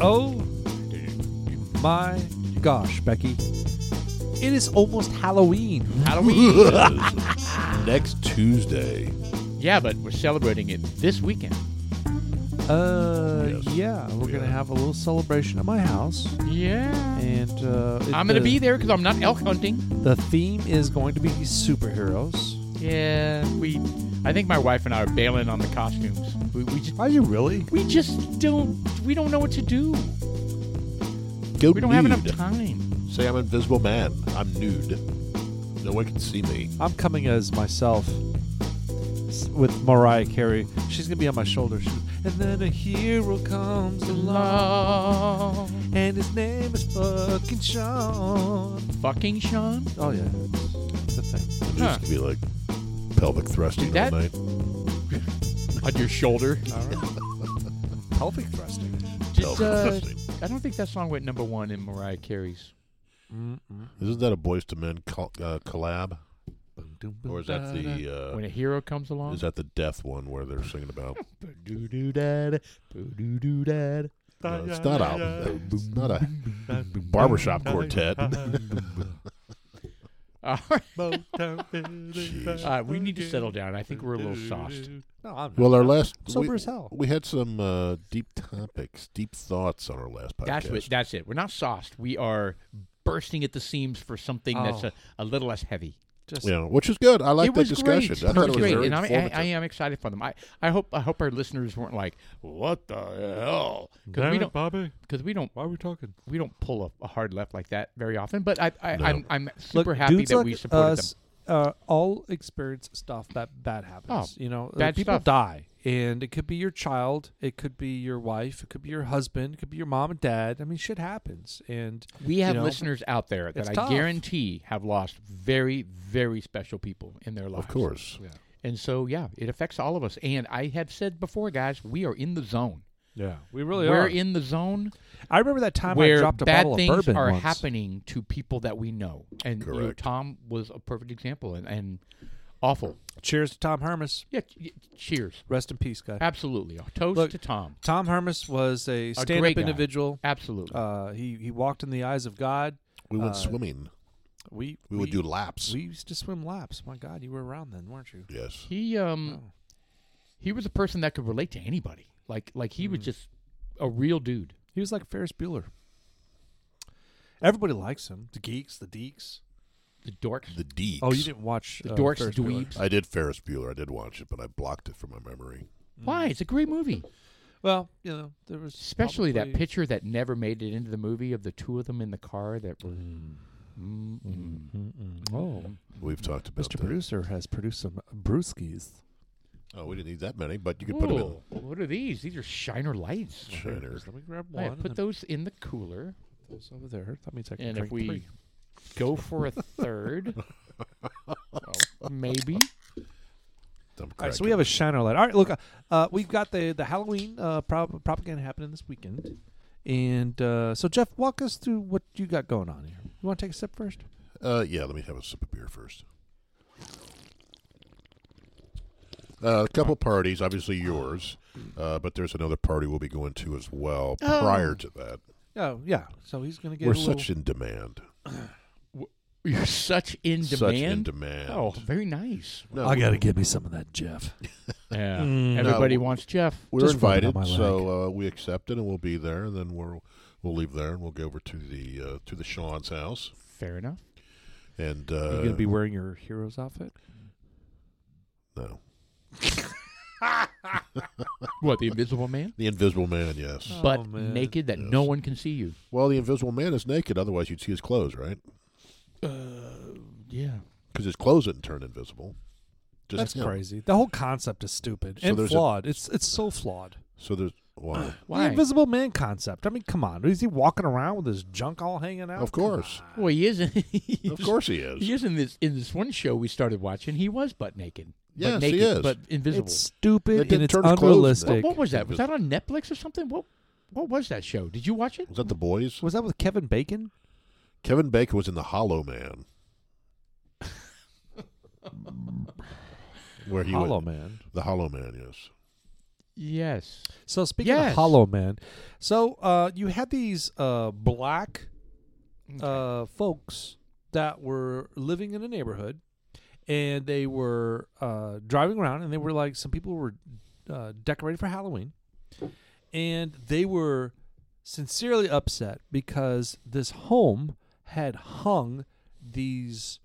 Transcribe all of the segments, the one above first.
Oh my gosh, Becky. It is almost Halloween. Halloween. Next Tuesday. yeah, but we're celebrating it this weekend. Uh, Yes. yeah, we're Yeah. gonna have a little celebration at my house, Yeah. and uh, it- I'm going the- to be there because I'm not elk hunting. The theme is going to be superheroes. Yeah. We. I think my wife and I are bailing on the costumes. We, we just Are you really? we just don't we don't know what to do. Go We don't have enough nude. time. Say I'm Invisible Man. I'm nude. No one can see me. I'm coming as myself s- with Mariah Carey. She's gonna be on my shoulder. She- and then a hero comes along, Long and his name is fucking Sean. fucking Sean. Oh yeah, it's the thing. I'm Huh. just gonna be like pelvic thrusting Dude, all that- night. On your shoulder. Pelvic thrusting. Just, Pelvic uh, thrusting. I don't think that song went number one in Mariah Carey's. Isn't that a Boys to Men col- uh, collab, or is that when the a hero comes uh, along. is that the death one where they're singing about? Ba-doo-doo-dad, ba-doo-doo-dad. uh, No, it's not a it's not a barbershop quartet. All right. All right, we need to settle down. I think we're a little sauced. No, I'm well, our last Sober we, as hell. we had some uh, deep topics, deep thoughts on our last podcast. That's what, that's it. We're not sauced. We are bursting at the seams for something that's Oh. a, a little less heavy. just yeah, which is good. I like it was that discussion. great. I thought it was great, very and I, I, informative. I am excited for them. I, I hope I hope our listeners weren't like, "What the hell?" Because we don't Bobby. because we don't Why are we talking? we don't pull a, a hard left like that very often. But I, I No. I'm, I'm super happy dudes that like we supported us, Uh, all experience stuff that bad happens. Oh, you know, Uh, bad people stuff. die, and it could be your child, it could be your wife, it could be your husband, it could be your mom and dad. I mean, shit happens, and them. We have know, listeners out there that it's I tough. guarantee have lost very very special people in their lives. of course. And so yeah, it affects all of us. And I have said before, guys, we are in the zone. yeah, we really We're are. in the zone I remember that time I where dropped a bad bottle of things bourbon are once. happening to people that we know. And you know, Correct. Tom was a perfect example and, and awful. Cheers to Tom Hermes. Yeah, y- cheers. Rest in peace, guy. Absolutely. A toast Look- to Tom. Tom Hermes was a stand-up great guy. individual. Absolutely. Uh, he he walked in the eyes of God. We went Uh, swimming. We We, would do laps. We used to swim laps. My God, you were around then, weren't you? yes. he um Oh. he was a person that could relate to anybody. Like like he was Mm. just a real dude. He was like Ferris Bueller. Everybody likes him. The geeks, the deeks. The dorks. The deeks. Oh, you didn't watch The uh, dorks, Ferris the Bueller. dweebs. I did Ferris Bueller. I did watch it, but I blocked it from my memory. Why? It's a great movie. Mm. Well, you know there was Especially that probably- picture that never made it into the movie of the two of them in the car that were Mm, mm. Oh, We've talked about Mr. that. Producer has produced some brewskis. Oh, we didn't need that many, but you could put them in. Ooh, What are these? These are Shiner lights. Shiner. Let me grab I one. and put then those in the cooler, put those over there. That means I can and drink if we three. go for a third, well, maybe I'm All right, so cracking. we have a shiner light. All right, look, uh, uh, we've got the the Halloween uh, prop- propaganda happening this weekend, and uh, so Jeff, walk us through what you got going on here. You want to take a sip first? Uh, yeah, let me have a sip of beer first. Uh, a couple parties, obviously yours, uh, but there's another party we'll be going to as well prior to that. Oh yeah. So he's gonna get. We're a little- such in demand. you're such in demand. Such in demand. Oh, very nice. No, I gotta give me some of that, Jeff. Yeah, Mm. everybody No. wants Jeff. we were Just rub it on invited, my so uh, we accepted, and we'll be there. And then we'll we'll leave there, and we'll go over to the uh, to the Sean's house. Fair enough. And you uh, gonna be wearing your hero's outfit? no, What the Invisible Man, the Invisible Man, yes. but man. naked that no one can see you. Well, the Invisible Man is naked; otherwise, you'd see his clothes, right? Yeah, Because his clothes didn't turn invisible. Just That's him. crazy. The whole concept is stupid So and there's a- flawed. it's it's so flawed. So there's why? why? The Invisible Man concept. I mean, come on. Is he walking around with his junk all hanging out? Of course, well, he isn't. of course he is. He is in this in this one show we started watching. He was butt naked. Yes, but he naked, is. But invisible. It's It stupid didn't and it's turn his clothes. unrealistic. What, what was that? Was that on Netflix or something? What What was that show? Did you watch it? Was that the boys? Was that with Kevin Bacon? Kevin Bacon was in the Hollow Man, where he Hollow went, Man. the Hollow Man. Yes, Yes. So speaking Yes. of Hollow Man, so uh, you had these uh, black uh, folks that were living in a neighborhood, and they were uh, driving around, and they were like some people were uh, decorated for Halloween, and they were sincerely upset because this home had hung these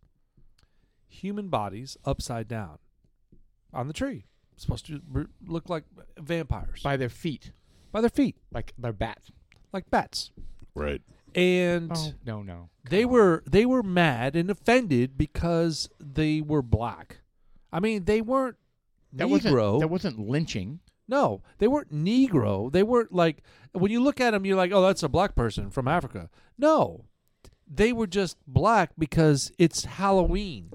human bodies upside down on the tree. Supposed to re- look like vampires By their feet, by their feet, like their bat. like bats. Right. And Oh no, no. they were they were mad and offended because they were black. I mean, they weren't That Negro. wasn't. That wasn't lynching. no, they weren't Negro. They weren't like when you look at them, you're like, oh, that's a black person from Africa. No, they were just black because it's Halloween.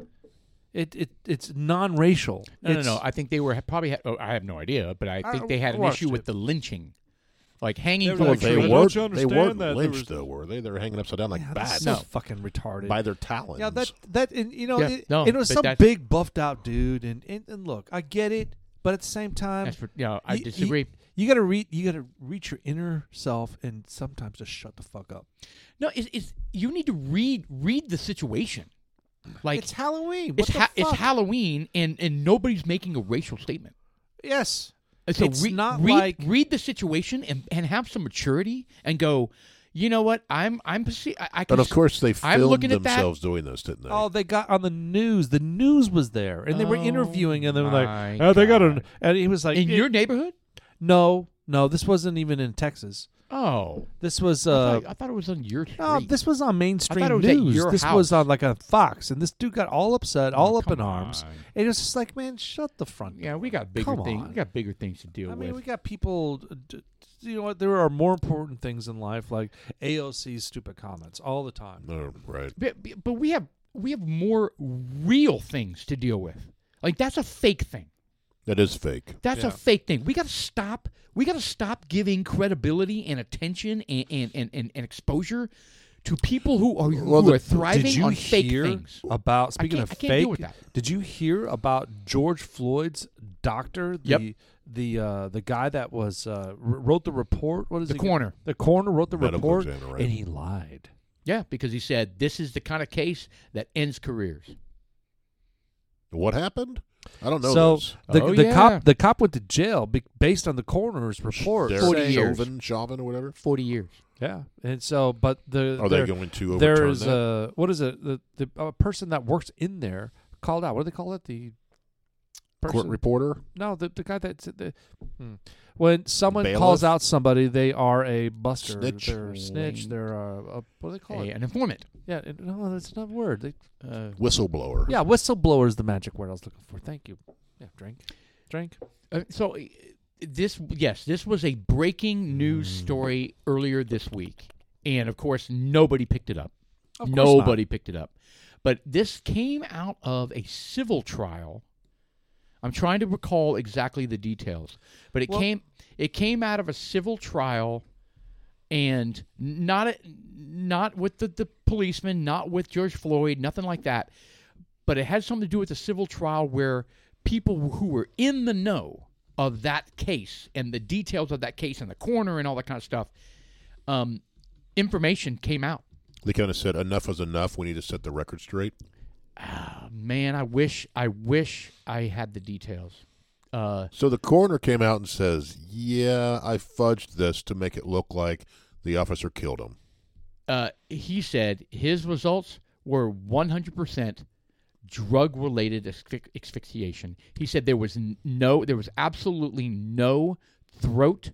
It it it's non-racial. No, no, It's- no. I think they were probably. Ha- oh, I have no idea, but I I think they had an watched issue with it. the lynching, like hanging They were from like, a tree. They Don't you weren't. They understand weren't that there lynched was- though, were they? They were hanging upside down like Yeah, that's bats so No. fucking retarded. by their talons. Yeah, that that and you know Yeah, it, no, it was but some that- big buffed out dude and, and and look, I get it, but at the same time, That's for, you know, y- I y- disagree. You, gotta read. You gotta reach your inner self, and sometimes just shut the fuck up. no, it's, it's you need to read read the situation. Like it's Halloween. What it's, the ha- it's fuck? Halloween, and and nobody's making a racial statement. yes. And So It's re- not read, like- read the situation and, and have some maturity and go. You know what? I'm I'm perce- I, I can but of s- course, they I'm filmed looking at that. themselves doing this, didn't they? Oh, they got on the news. The news was there, and they were Oh, interviewing, and they were my like, "Oh, they got an." God. And he was like, in "It- your neighborhood. "No, no, this wasn't even in Texas. Oh, This was I, uh." thought, I thought it was on your street. No, Oh, this was on mainstream it was at news. your This was house. on like a Fox, and this dude got all upset, all up in come arms. on. And it was just like, man, shut the front. Yeah, we got bigger Come things. on. We got bigger things to deal I with. mean, we got people. d- d- You know what? There are more important things in life, like AOC's stupid comments all the time. Oh, right. but, but- but we have we have more real things to deal with. Like that's a fake thing. That is fake. That's Yeah. a fake thing. We got to stop. We got to stop giving credibility and attention and and, and, and, and exposure to people who are Well, who the- are thriving Did you on fake hear things. about speaking can't- of I can't deal fake? with that. Did you hear about George Floyd's doctor? The Yep. the uh, the guy that was uh, r- wrote the report. What is The he? coroner. The coroner wrote the Medical report, examiner, right. and he lied. Yeah, because he said this is the kind of case that ends careers. What happened? I don't know. so this. the, Oh, the yeah. cop the cop went to jail be- based on the coroner's report. Derek 40 years. Chauvin, Chauvin or whatever. Forty years. Yeah, and so but the Are they there- going to overturn there is that? a what is it the, the a person that works in there called out. What do they call it? The person, court reporter? no, the, the guy that's the hmm. when someone Bailiff? calls out somebody, they are a buster, Snitch? they're a snitch, they're a, a what do they call A- it? an informant. Yeah, it- no, that's not a word. They, Uh, Whistleblower. yeah, whistleblower is the magic word I was looking for. Thank you. Yeah, drink, drink. Uh, so uh, this yes this was a breaking news story earlier this week and of course nobody picked it up Of course not. nobody picked it up but this came out of a civil trial i'm trying to recall exactly the details but it Well- came it came out of a civil trial and not a, not with the, the policeman not with george floyd nothing like that but it had something to do with a civil trial where people who were in the know of that case and the details of that case and the coroner and all that kind of stuff, um, information came out. They kind of said enough is enough. We need to set the record straight. Oh, man, I wish, I wish I had the details. Uh, So the coroner came out and says, "Yeah, I fudged this to make it look like the officer killed him." uh, he said his results were 100% drug related asphyxiation. He said there was n- no, there was absolutely no throat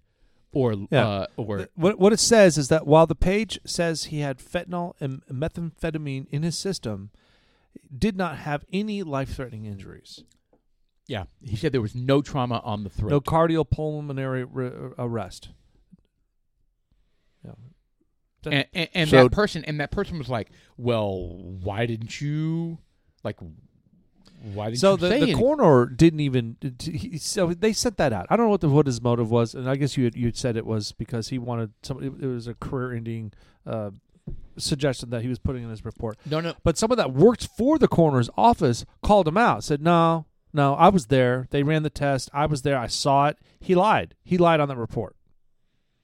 or, Yeah. uh, or, What what it says is that while the page says he had fentanyl and methamphetamine in his system, did not have any life threatening injuries. yeah, he said there was no trauma on the throat. No cardiopulmonary re- uh, arrest. Yeah. That- and, and, and So- that person and that person was like, "Well, why didn't you like? Why didn't so you the, say the anything?" coroner didn't even. d- He, so they sent that out. I don't know what the, what his motive was, and I guess you had- you had said it was because he wanted some. It was a career-ending uh, suggestion that he was putting in his report. No, no, But someone that worked for the coroner's office called him out, said, "No, no, No, I was there. They ran the test. I was there. I saw it. He lied. He lied on that report.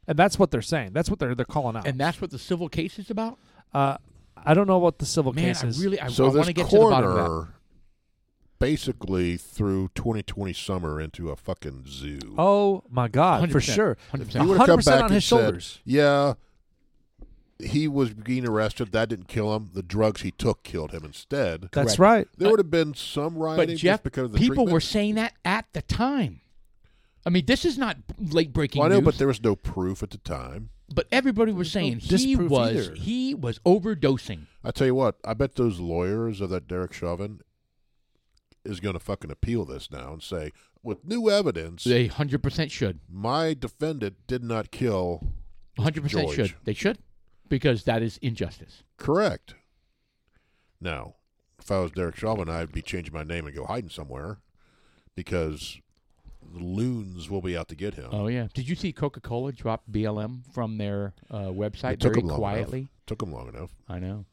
And that's what they're saying. That's what they're they're calling out. and that's what the civil case is about. uh, I don't know what the civil Man, case I is. really I, so want this to get to the bottom of that. coroner basically threw 2020 summer into a fucking zoo. oh my god, for 100%, sure. 100%. He would've 100% on his shoulders. Said, yeah, he was being arrested. That didn't kill him. The drugs he took killed him instead. That's Correct. right. There would have been some rioting but Jeff, just because of the people treatment. were saying that at the time. I mean, this is not late breaking Well, I know, news, but there was no proof at the time. but everybody was saying he disproof was either. he was overdosing. I tell you what, I bet those lawyers of that Derek Chauvin is going to fucking appeal this now and say, with new evidence, They hundred percent should, my defendant did not kill. hundred percent George. should. They should because that is injustice. Correct. Now, if I was Derek Chauvin, I'd be changing my name and go hiding somewhere because the loons will be out to get him. Oh yeah. Did you see Coca Cola drop BLM from their uh, website It took very 'em long quietly? Enough. Took him long enough. I know.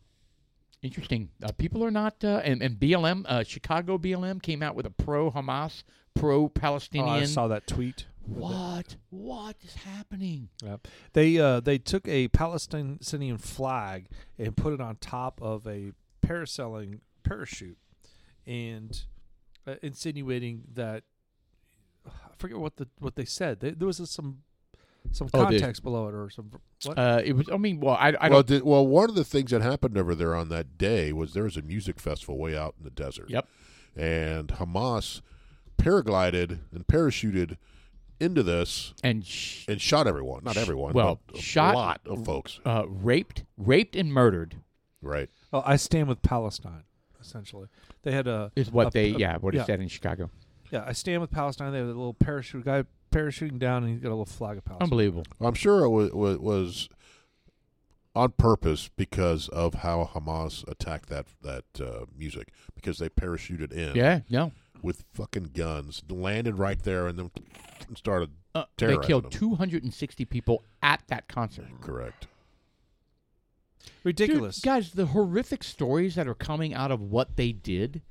Interesting. Uh, people are not, uh, and, and BLM, uh, Chicago BLM came out with a pro Hamas, pro Oh, I Palestinian. saw that tweet. what? What is happening? Yep. They uh, they took a Palestinian flag and put it on top of a parasailing parachute, and uh, insinuating that I forget what the what they said. They, there was a, some some Oh, they- context below it or some what? Uh, it was. I mean, well, I, I well, don't. did, well, one of the things that happened over there on that day was there was a music festival way out in the desert. Yep. And Hamas paraglided and parachuted into this And sh- and shot everyone. Not everyone, well, but a shot- lot of folks. uh, raped, raped and murdered Right. oh, I stand with Palestine. Essentially, they had a is what a- they. a- yeah, what yeah. it said in Chicago. yeah. I stand with Palestine. They had a little parachute guy parachuting down, and he's got a little flag of Palestine. Unbelievable. I'm sure it was, was, was on purpose because of how Hamas attacked that that uh, music because they parachuted in Yeah. No. with fucking guns, landed right there, and then started Uh, they Terrorizing killed them. 260 people at that concert. correct. Dude, Ridiculous. guys, the horrific stories that are coming out of what they did.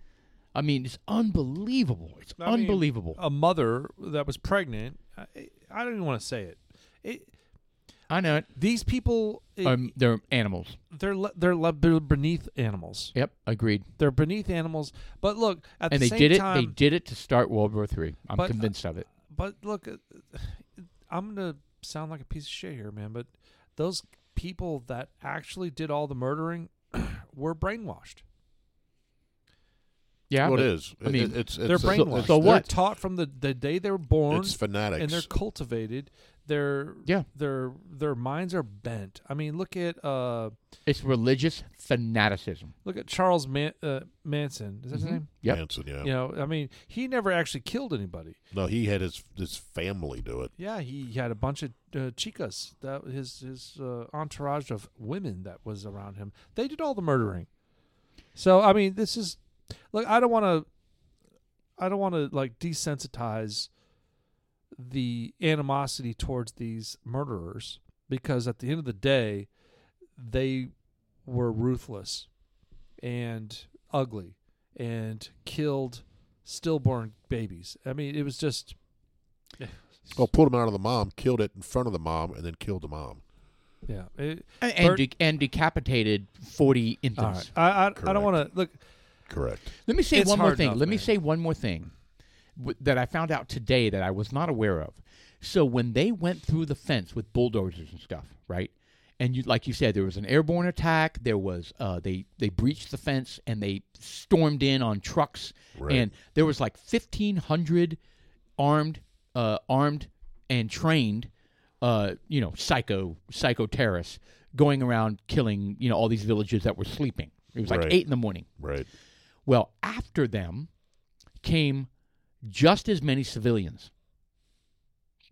I mean, it's unbelievable. It's I mean, uh, unbelievable. a mother that was pregnant. I, I don't even want to say it. it I know it. these people, it- Um, they're animals. they're le- they're le- they're beneath animals. Yep, agreed. They're beneath animals. But look, at and the they same did it. time, they did it to start World War Three. I'm But, uh, convinced of it. but look, uh, I'm gonna sound like a piece of shit here, man. But those people that actually did all the murdering were brainwashed. Yeah, Well, but- it is. I mean, It- it's, it's they're it's- brainwashed. it's- So they're what? Taught from the, the day they were born. It's fanatics. and they're cultivated. Their Yeah. their their minds are bent. I mean, look at uh it's religious fanaticism. look at Charles Man- uh, Manson. Is that his Mhm. name? Yep. Manson, yeah. You know, I mean, he never actually killed anybody. No, he had his his family do it. Yeah, he had a bunch of uh, chicas. That his his uh, entourage of women that was around him. They did all the murdering. So I mean, this is look. I don't want to. I don't want to like desensitize the animosity towards these murderers because at the end of the day, they were ruthless and ugly and killed stillborn babies. I mean, it was just. Oh, Well, pulled him out of the mom, killed it in front of the mom, and then killed the mom. Yeah, it, And and, Bert- de- and decapitated forty infants. All right. I I, I don't Correct. want to look. Correct. Let me say It's one more hard thing. enough, Let me man. say one more thing w- that I found out today that I was not aware of. So when they went through the fence with bulldozers and stuff, right? And you, like you said, there was an airborne attack. There was uh, they they breached the fence and they stormed in on trucks, Right. and there was like fifteen hundred armed, uh, armed and trained, uh, you know, psycho psycho terrorists going around killing you know all these villages that were sleeping. It was like Right. eight in the morning. Right. Well, after them came just as many civilians.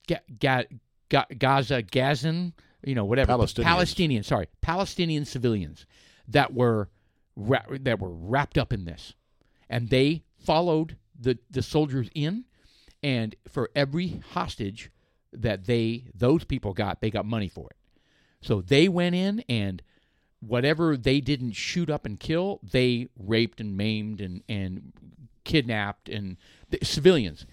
Ga- Ga- Ga- Gaza, Gazan, you know, whatever. Palestinians. Palestinian, sorry, Palestinian civilians that were ra- that were wrapped up in this, and they followed the the soldiers in, and for every hostage that they those people got, they got money for it. So they went in and whatever they didn't shoot up and kill, they raped and maimed and and kidnapped and the civilians.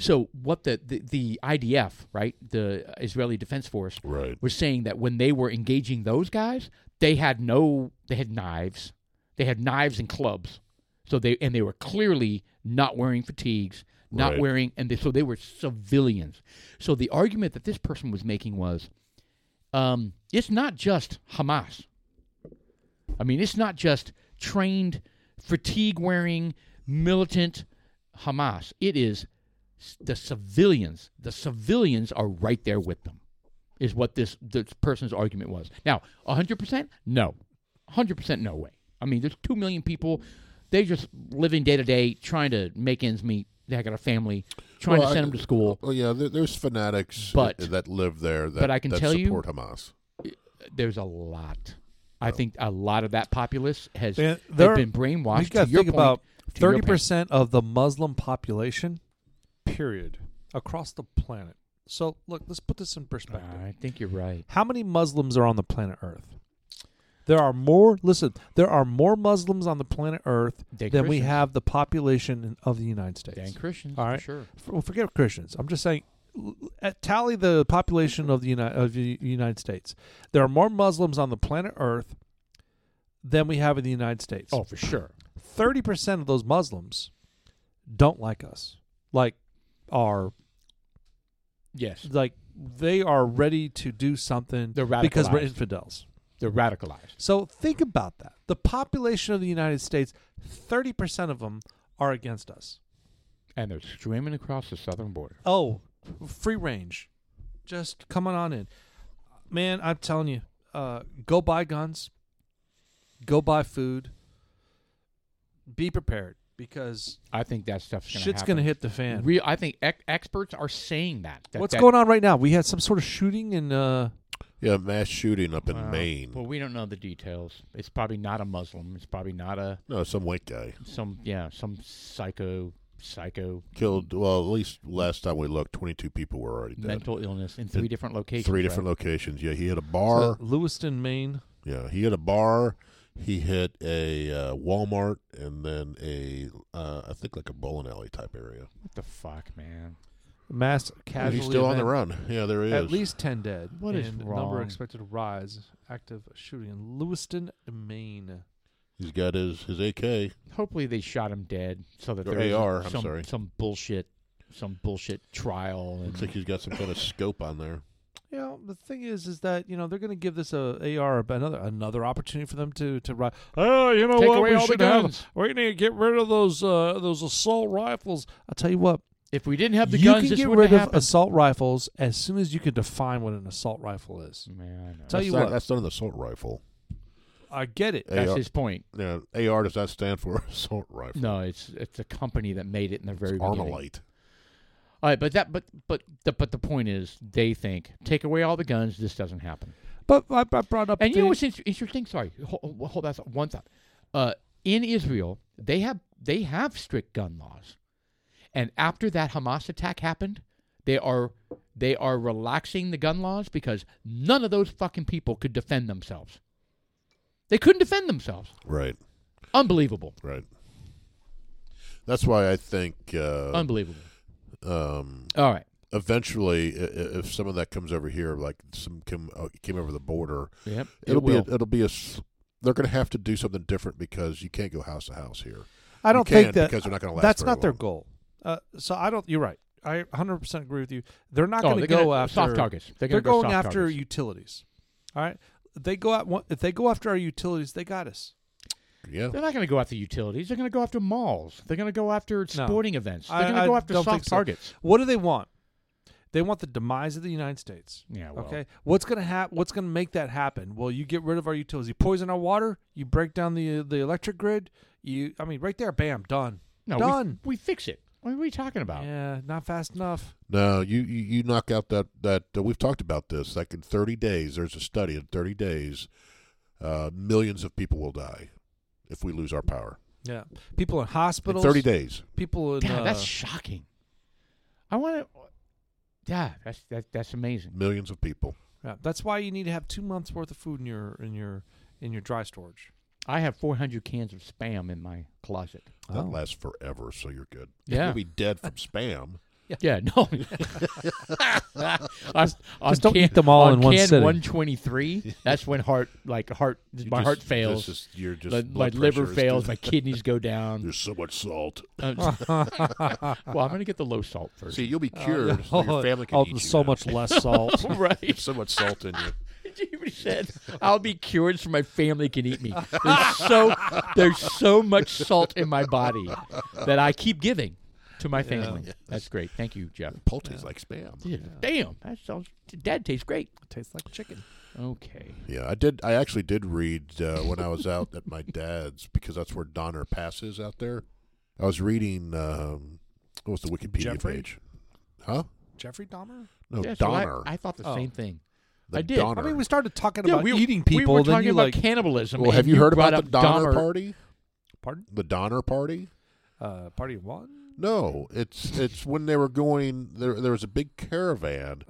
So what the, the the IDF, right, the Israeli Defense Force, Right. was saying that when they were engaging those guys, they had no, they had knives, they had knives and clubs, so they and they were clearly not wearing fatigues, not Right. wearing, and they, so they were civilians. So the argument that this person was making was, um, it's not just Hamas. I mean, it's not just trained, fatigue wearing, militant Hamas. It is s- the civilians. The civilians are right there with them, is what this, this person's argument was. Now, 100%? No. 100% no way. I mean, there's 2 million people. They're just living day to day, trying to make ends meet. They got a family, trying Well, to I- send them to school. Well, yeah, there, there's fanatics But- that live there that, but I can that tell you- support Hamas. uh, There's a lot. I think a lot of that populace has Yeah, they've there- been brainwashed. We got to to your think point, about to your thirty point. percent of the Muslim population, period, across the planet. So look, let's put this in perspective. I think you're right. How many Muslims are on the planet Earth? There are more. Listen, there are more Muslims on the planet Earth Than than we Christians. have the population in- of the United States. Dang Christians, All for right. sure. F- well, forget Christians. I'm just saying, l- uh, tally the population of the United of the United States. There are more Muslims on the planet Earth than we have in the United States. Oh, for sure. thirty percent of those Muslims don't like us. Like, are Yes, like they are ready to do something They're because we're radicalized. infidels. they're radicalized. So think about that. The population of the United States, thirty percent of them are against us. And they're streaming across the southern border. Oh, free range, just coming on in. Man, I'm telling you, uh, go buy guns, go buy food. Be prepared because I think that stuff's gonna shit's happen. going to hit the fan. Real, I think ec- experts are saying that. that What's that- going on right now? We had some sort of shooting in. Uh, Yeah, mass shooting up in Wow. Maine. Well, we don't know the details. It's probably not a Muslim. It's probably not a no, some white guy some yeah some psycho psycho killed. Well, at least last time we looked, 22 people were already dead. mental illness in three It- different locations. Three right? different locations. Yeah, he hit a bar. uh, Lewiston, Maine. Yeah, he hit a bar. He hit a uh, Walmart and then a, uh, I think like a bowling alley type area. What the fuck, man? Mass And casualty. he's still on the event. run. Yeah, there he is. At least ten dead. What is and wrong? Number expected to rise. Active shooting in Lewiston, Maine. he's got his his AK. Hopefully they shot him dead so that Or there AR, isn't I'm some sorry. some bullshit some bullshit Mm-hmm. trial and Looks like he's got some kind of scope on there. You know, the thing is, is that you know they're going to give this uh, a AR another another opportunity for them to to ri Oh, you know Take what? away we all the should have- guns. We need to get rid of those uh, those assault rifles. I will tell you what, If we didn't have the you guns, can this get wouldn't rid have of happened. assault rifles as soon as you can define what an assault rifle is. Man, I know. Tell that's you not, what. that's not an assault rifle. I get it. That's AR, his point. yeah, AR does not stand for assault rifle. No, it's it's a company that made it in the very It's beginning. Armalite. All right, but that but but the, but the point is, they think take away all the guns, this doesn't happen. But I, I brought up And you the- know what's inter- interesting? Sorry, hold, hold that thought- one thought. Uh, in Israel, they have they have strict gun laws, and after that Hamas attack happened, they are they are relaxing the gun laws because none of those fucking people could defend themselves. They couldn't defend themselves. Right, Unbelievable. right. That's why I think uh, Unbelievable. um, All right. eventually, i- i- if some of that comes over here, like some came, uh, came over the border, Yep. it it'll be a, will. it'll be a. s- They're going to have to do something different because you can't go house to house here. I don't you can think that because they're not going to last. that's very not their long. goal. Uh, so I don't. You're right. I 100 percent agree with you. They're not Oh, going to they're go gonna- after soft targets. They're, They're, gonna go going soft after targets. utilities. All right. They go out. want- If they go after our utilities, they got us. Yeah, They're not going to go after utilities. They're going to go after malls. They're going to go after sporting events. They're I- going to I go after don't soft think so. targets. What do they want? They want the demise of the United States. Yeah. Well, Okay. What's gonna hap- What's gonna make that happen? Well, you get rid of our utilities. You poison our water. You break down the the electric grid. You. I mean, right there. Bam. Done. No, we- done. We, fix it. What are we talking about? Yeah. Not fast enough. No, you, you, you knock out that that uh, we've talked about this. Like in thirty days, there's a study. In thirty days, uh, millions of people will die if we lose our power. Yeah. People in In hospitals. thirty days, People in. Damn, uh, that's shocking. I want to. Yeah, that's that, that's amazing. millions of people. Yeah, that's why you need to have two months worth of food in your in your in your dry storage. I have 400 cans of spam in my closet. That Oh. lasts forever, so you're good. Yeah. You'll be dead from spam. Yeah, no. I, Just don't eat them all in one sitting. 123. That's when heart, like heart, You my just- heart this fails. is- you're just my my blood liver pressure is fails. just- My kidneys go down. There's so much salt. Uh, well, I'm gonna get the low salt first. See, you'll be cured. so your family can oh, eat you so now. much less salt. right? so much salt in you. He said, "I'll be cured, so my family can eat me." There's so there's so much salt in my body that I keep giving to my family. That's great. Thank you, Jeff. Paul tastes like spam. Yeah. Damn, that sounds. Dad tastes great. Tastes like chicken. Okay. I did. I actually did read uh, when I was out at my dad's because that's where Donner Pass is out there. I was reading. Um, what was the Wikipedia Jeffrey? page? Huh? Jeffrey Dahmer. No, Yeah, so I- Oh, Donner. I, thought the Oh. same thing. the I did. I Donner. I mean, we started talking Yeah, about we, eating people. We were then talking you about like, cannibalism. well, have and you heard brought about the up Donner Dahmer. Party? pardon? The Donner Party? Uh, party of one. No, it's it's when they were going. There, there was a big caravan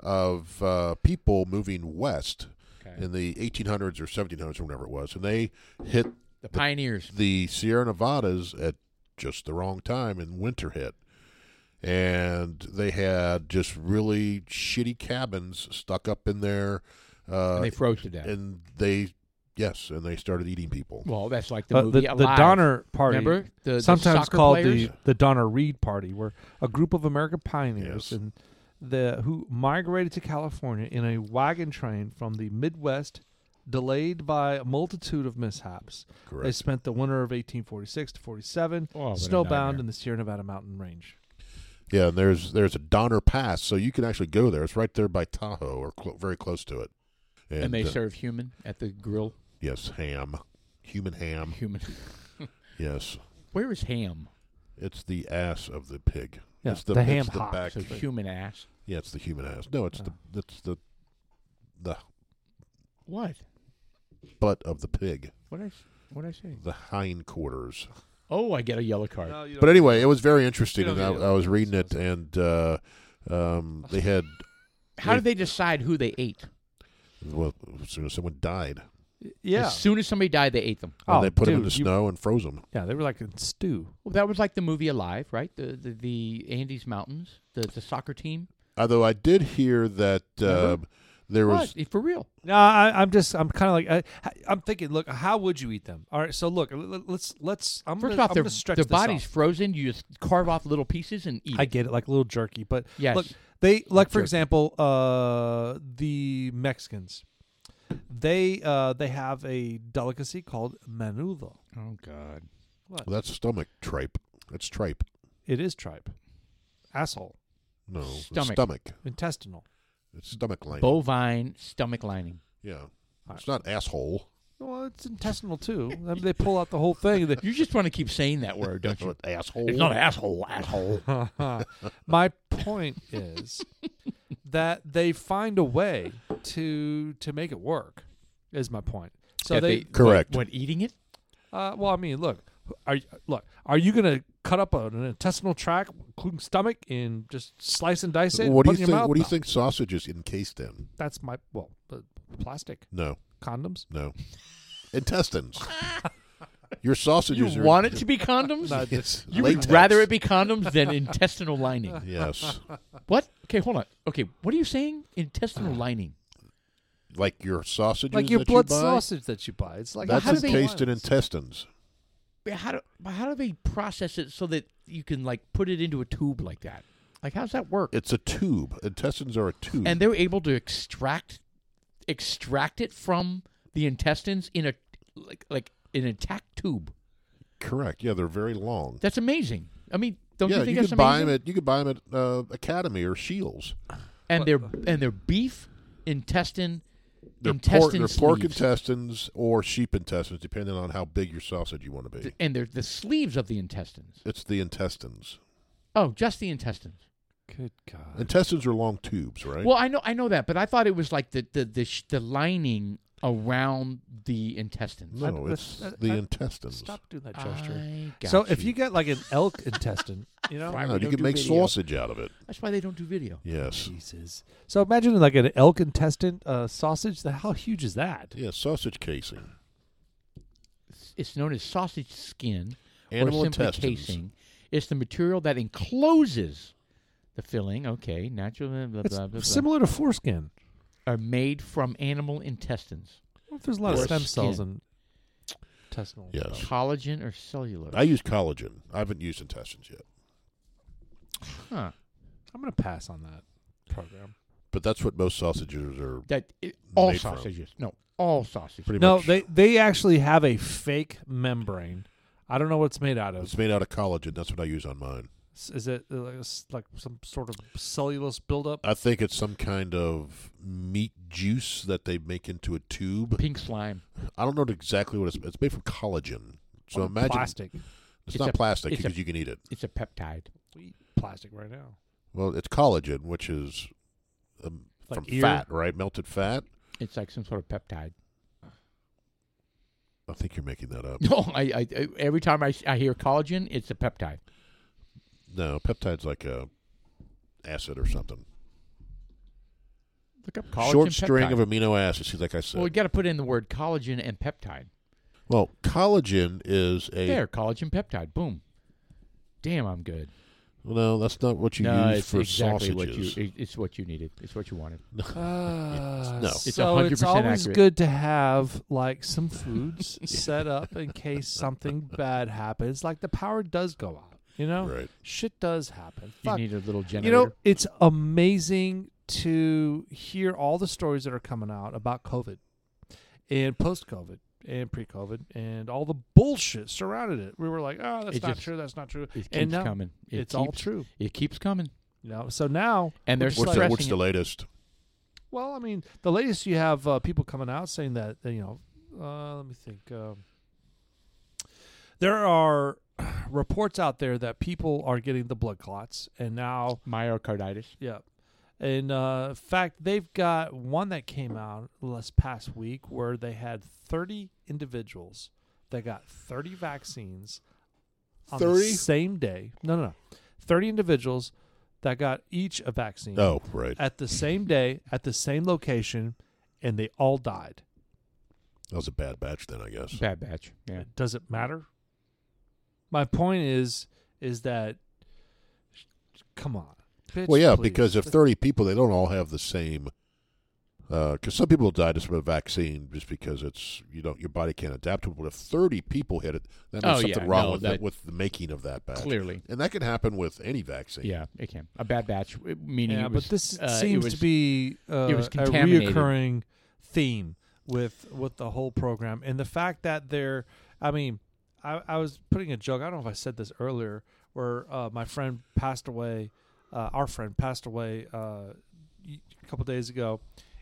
of uh, people moving west Okay. in the 1800s or 1700s or whatever it was, and they hit The pioneers. the Sierra Nevadas at just the wrong time, and winter hit, and they had just really shitty cabins stuck up in there, uh, and they froze to death. and they yes, and they started eating people. well, that's like the Uh, movie the, the Alive. Donner Party. Remember the, the sometimes soccer called players? the the Donner Reed Party, were a group of American pioneers Yes. and the who migrated to California in a wagon train from the Midwest, delayed by a multitude of mishaps. They Correct. spent the winter of 1846 to 47 Oh, what a snowbound nightmare. in the Sierra Nevada mountain range. Yeah, and there's there's a Donner Pass, so you can actually go there. It's right there by Tahoe, or clo very close to it. and, they uh, serve human at the grill. yes, ham, human ham. Human. Yes, Where is ham? it's the ass of the pig. Yeah, it's the, the it's ham the hock, back- So human ass. Yeah, it's the human ass. No, it's the it's the the What? butt of the pig, What I what I say? the hindquarters. Oh, I get a yellow card. But anyway, it was very interesting, You and don't I, need to- I was reading it, and uh, um, they had How did they decide who they ate? well, as soon as someone died, yeah. As soon as somebody died, they ate them. Oh, and they put them in the dude, you- snow and froze them. yeah, they were like in stew. Well, that was like the movie Alive, right? The the, the Andes Mountains, the the soccer team. Although I did hear that uh, Remember? there was What? For real? No, I, I'm just, I'm kind of like, I, I'm thinking. Look, how would you eat them? All right, so look, l- l- let's, let's. I'm 1st gonna, off, I'm their, gonna stretch their this out. body's frozen. You just carve off little pieces and eat. I it. get it, like a little jerky, but Yes. look, they like for Jerky. example, uh, the Mexicans, they uh, they have a delicacy called menudo. Oh God. well, that's stomach tripe. That's tripe. It is tripe, asshole, No it's Stomach. stomach. intestinal. It's stomach lining. Bovine stomach lining. Yeah, it's not asshole. Well, it's intestinal too. I mean, they pull out the whole thing. They- You just want to keep saying that word, don't you? asshole. asshole, asshole. My point is that they find a way to to make it work. Is my point. So Yeah, they, Correct. What, what, eating it? Uh, well, I mean, look, are you- look, are you gonna cut up an intestinal tract, including stomach, and just slice and dice it? What do and put it in your you think? mouth? What do you No. think sausage is encased in? That's my well, but plastic No, condoms. no, intestines. Your sausages You are want it to be condoms? Yes, you latex. would rather it be condoms than intestinal lining. Yes, What? Okay, hold on. Okay, what are you saying? Intestinal lining. like your sausages, Like your that blood you buy, sausage that you buy. It's like That's how do they- encased in intestines. But How do but how do they process it so that you can like put it into a tube like that? Like how's that work? It's a tube. Intestines are a tube. and they're able to extract extract it from the intestines in a like like an intact tube. correct. Yeah, they're very long. That's amazing. I mean, don't yeah, you think you that's could buy them amazing? at you could buy them at uh, Academy or Shields. and their and their beef intestine They're pork, intestine they're pork sleeves. intestines or sheep intestines, depending on how big your sausage you want to be. and they're the sleeves of the intestines. It's the intestines. Oh, just the intestines. Good God. Intestines are long tubes, right? Well, I know I know that, but I thought it was like the the the, sh- the lining around the intestines. no, I- it's I- the I- intestines. Stop doing that gesture. I got So if you get like an elk intestine, you know, Right. No, we you don't can do make video. sausage out of it. that's why they don't do video. Yes. Jesus. So imagine like an elk intestine uh, sausage. How huge is that? Yeah, sausage casing. it's known as sausage skin Animal or simply intestines. casing. It's the material that encloses the filling. Okay, natural. Blah, blah, It's blah, blah, blah, similar to foreskin. are made from animal intestines, I wonder if there's a lot of stem Foreskin. cells in intestinal. Yes. cells. collagen or cellulose. I use collagen. I haven't used intestines yet, Huh. I'm gonna pass on that program. but that's what most sausages are. That it, all Made from. sausages. No, all sausages. Pretty No, much. they they actually have a fake membrane. I don't know what it's made out of. It's made out of collagen. That's what I use on mine. S- Is it uh, like, s- like some sort of cellulose buildup? I think it's some kind of meat juice that they make into a tube. Pink slime. I don't know exactly what it's. It's made from collagen. So Or imagine plastic. it's, It's not a- plastic it's a- because you can eat it. It's a peptide. We eat plastic right now. Well, it's collagen, which is um, Like from ear? fat, right? Melted fat. It's like some sort of peptide. I think you're making that up. No, I, I, I every time I, s- I hear collagen, it's a peptide. no, peptide's like a acid or something. Look up collagen. Short string peptide. of amino acids. See, like I said. Well, you got to put in the word collagen and peptide. Well, collagen is a There, collagen peptide. Boom. Damn, I'm good. well, no. That's not what you no, use it's for exactly sausages. what you. it- It's what you needed. It's what you wanted. Uh, no. It's so it's 100% always accurate. good to have like some foods set up in case something bad happens. Like the power does go out, you know. Right. Shit does happen. You Fuck. need a little generator. You know, it's amazing to hear all the stories that are coming out about COVID and post COVID and pre COVID and all the bullshit surrounded it. We were like, oh, that's It not just- true. That's not true. it keeps and now coming. It it's all keeps- true. It keeps coming, You know, so now, and they're Which- which- What's, the, stressing what's the it. latest? well, I mean, the latest you have uh, people coming out saying that, uh, you know, uh, let me think. Um, there are reports out there that people are getting the blood clots and now myocarditis. Yeah. And uh, in fact, they've got one that came out last past week where they had 30 individuals that got 30 vaccines on the 30? same day. No, no, no. 30 individuals that got each a vaccine Oh, right. at the same day, at the same location, and they all died. That was a bad batch then, I guess. Bad batch. Yeah. Does it matter? My point is, is that, come on. Bitch, Well, yeah, please. because if 30 people, they don't all have the same. Because some people die just from a vaccine, just because it's you don't your body can't adapt to it. But if 30 people hit it, then there's Oh, yeah, something wrong no, with that- it, with the making of that batch. Clearly. and that can happen with any vaccine. Yeah, it can. A bad batch, w- meaning Yeah, it was, but this uh, it seems was- to be uh, was a contaminated. reoccurring theme with with the whole program, and the fact that they're. I mean, I, I was putting a joke. I don't know if I said this earlier, where uh, my friend passed away. Uh, our friend passed away uh, y- a couple days ago,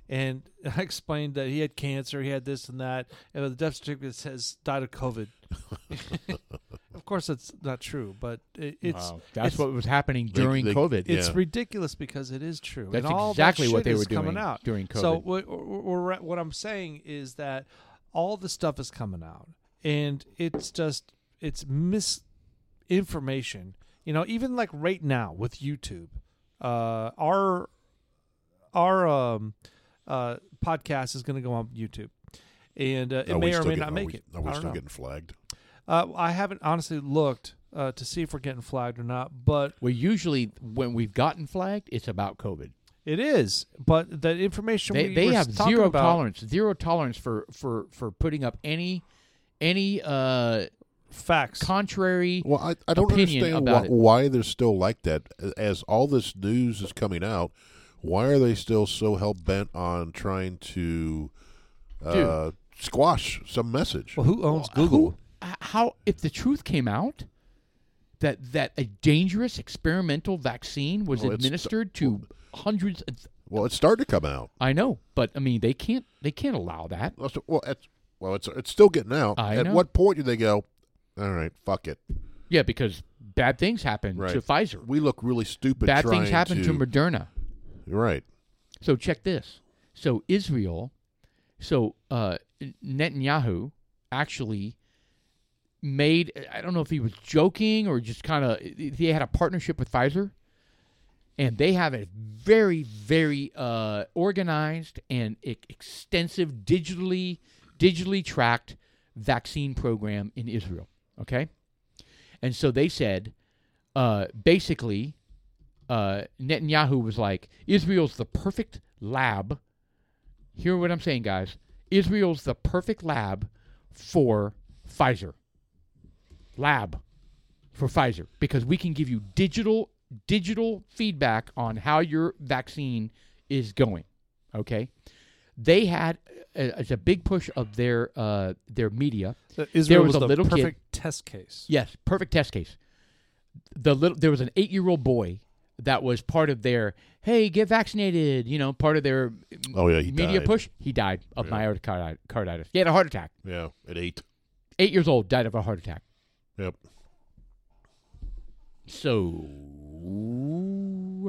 and I explained that he had cancer, he had this and that, and the death certificate says died of COVID. of course, that's not true, but it, it's Wow. that's it's- what was happening They- during they- COVID. it's Yeah. ridiculous because it is true. That's and all that exactly what shit they is were doing coming out. during COVID. So what, what, what I'm saying is that all the stuff is coming out, and it's just it's misinformation. You know, even like right now with YouTube, uh, our our um, uh, podcast is going to go on YouTube, and uh, it Are we may or still may getting- not are make we- it. Are we I don't still know. getting flagged? Uh, I haven't honestly looked uh, to see if we're getting flagged or not, but well, usually when we've gotten flagged, it's about COVID. It is, but the information They, we they were have talking zero about, tolerance, zero tolerance for for for putting up any any uh facts. contrary. Well, I, I don't opinion understand about why, it. why they're still like that. As all this news is coming out, why are they still so hell bent on trying to uh, squash some message? well, who owns Well, Google? Who, h- how if the truth came out that that a dangerous experimental vaccine was Well, it's- administered to hundreds of, Well, it's starting to come out. I know, but I mean they can't they can't allow that. Well, so- Well, it's, well, it's it's still getting out. I At know. what point do they go? All right, fuck it. Yeah, because bad things happen Right. to Pfizer. We look really stupid. bad trying things happen to, Moderna. right. So check this. So Israel, so uh, Netanyahu actually made. I don't know if he was joking or just kind of. He had a partnership with Pfizer, and they have a very, very uh, organized and e- extensive, digitally, digitally tracked vaccine program in Israel. Okay, and so they said, uh, basically, uh, Netanyahu was like, Israel's the perfect lab. Hear what I'm saying, guys. Israel's the perfect lab for Pfizer. Lab for Pfizer because we can give you digital digital feedback on how your vaccine is going. Okay, they had a, a big push of their uh, their media. That Israel was was, a the little kid- perfect test case. Yes, perfect test case. The little there was an eight year old boy that was part of their hey get vaccinated you know part of their Oh yeah, he media died. push. He died of Yeah. myocarditis. He had a heart attack. Yeah, at eight. Eight years old, died of a heart attack. Yep. So,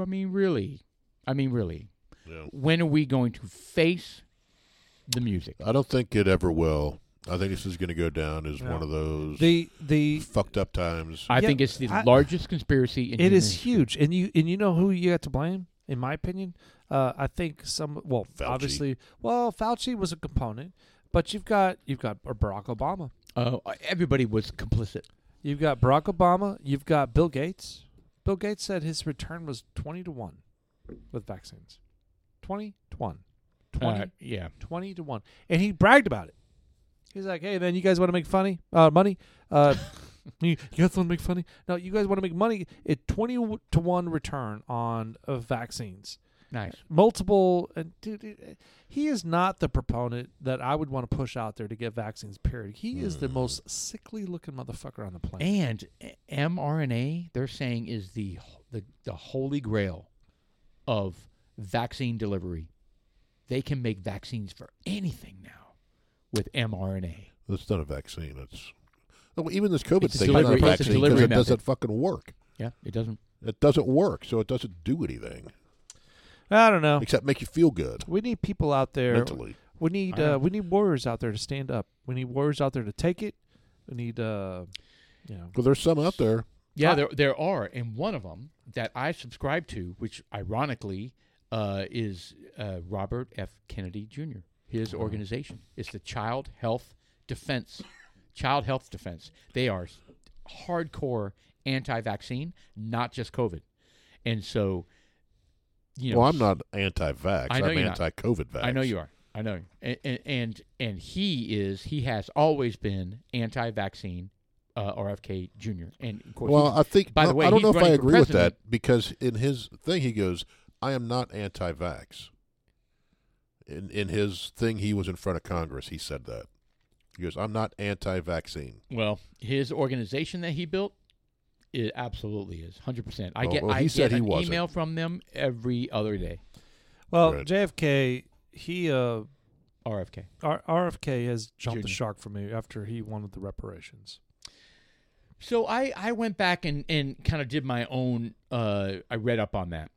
I mean, really, I mean, really, Yeah. when are we going to face the music? I don't think it ever will. I think this is going to go down as Yeah. one of those The the fucked up times. I Yeah, think it's the I- largest conspiracy. in it human is history. huge, and you and you know who you got to blame, in my opinion. Uh, I think some well, Fauci. obviously, well, Fauci was a component, but you've got you've got Barack Obama, Uh, everybody was complicit. you've got Barack Obama, you've got Bill Gates. Bill Gates said his return was twenty to one with vaccines, twenty to one, 20 Uh, yeah. 20 to 1 and he bragged about it he's like hey man you guys want to make funny uh, money uh, you, you guys want to make funny no you guys want to make money at 20 to 1 return on uh, vaccines Nice. multiple and dude it- uh, he is not the proponent that i would want to push out there to get vaccines period he is Mm. the most sickly looking motherfucker on the planet And mRNA, they're saying, is the the, the holy grail of vaccine delivery. They can make vaccines for anything now with mRNA. It's not a vaccine. It's well, even this COVID It's a thing is not a delivery- it's a vaccine because delivery it doesn't method. fucking work. Yeah, it doesn't. It doesn't work, so it doesn't do anything i don't know except make you feel good we need people out there mentally. we need I uh, know. we need warriors out there to stand up we need warriors out there to take it we need uh you know Well, there's some out there. Yeah, I- there there are, and one of them that I subscribe to, which ironically uh, is uh, Robert F. Kennedy Jr. His Uh-huh. organization It's the Child Health Defense. Child Health Defense. They are s- hardcore anti-vaccine, not just COVID, and so you know. well, I'm not anti-vax. I know I'm you're not. anti-COVID vax. I know you are. I know. And and and he is. He has always been anti-vaccine. Uh, RFK Jr. And of course, Well, he's- I think. by no, the way, I don't he's know if I running for agree with that president. because in his thing he goes, "I am not anti-vax." In in his thing, he was in front of Congress. He said that. He goes, "I'm not anti-vaccine." Well, his organization that he built, it absolutely is hundred percent. I Oh, get well, I he get said he an wasn't. email from them every other day. Well, Right. JFK, he uh, RFK. R- RFK has jumped the Junior. shark for me after he wanted the reparations. So I I went back and and kind of did my own. Uh, I read up on that,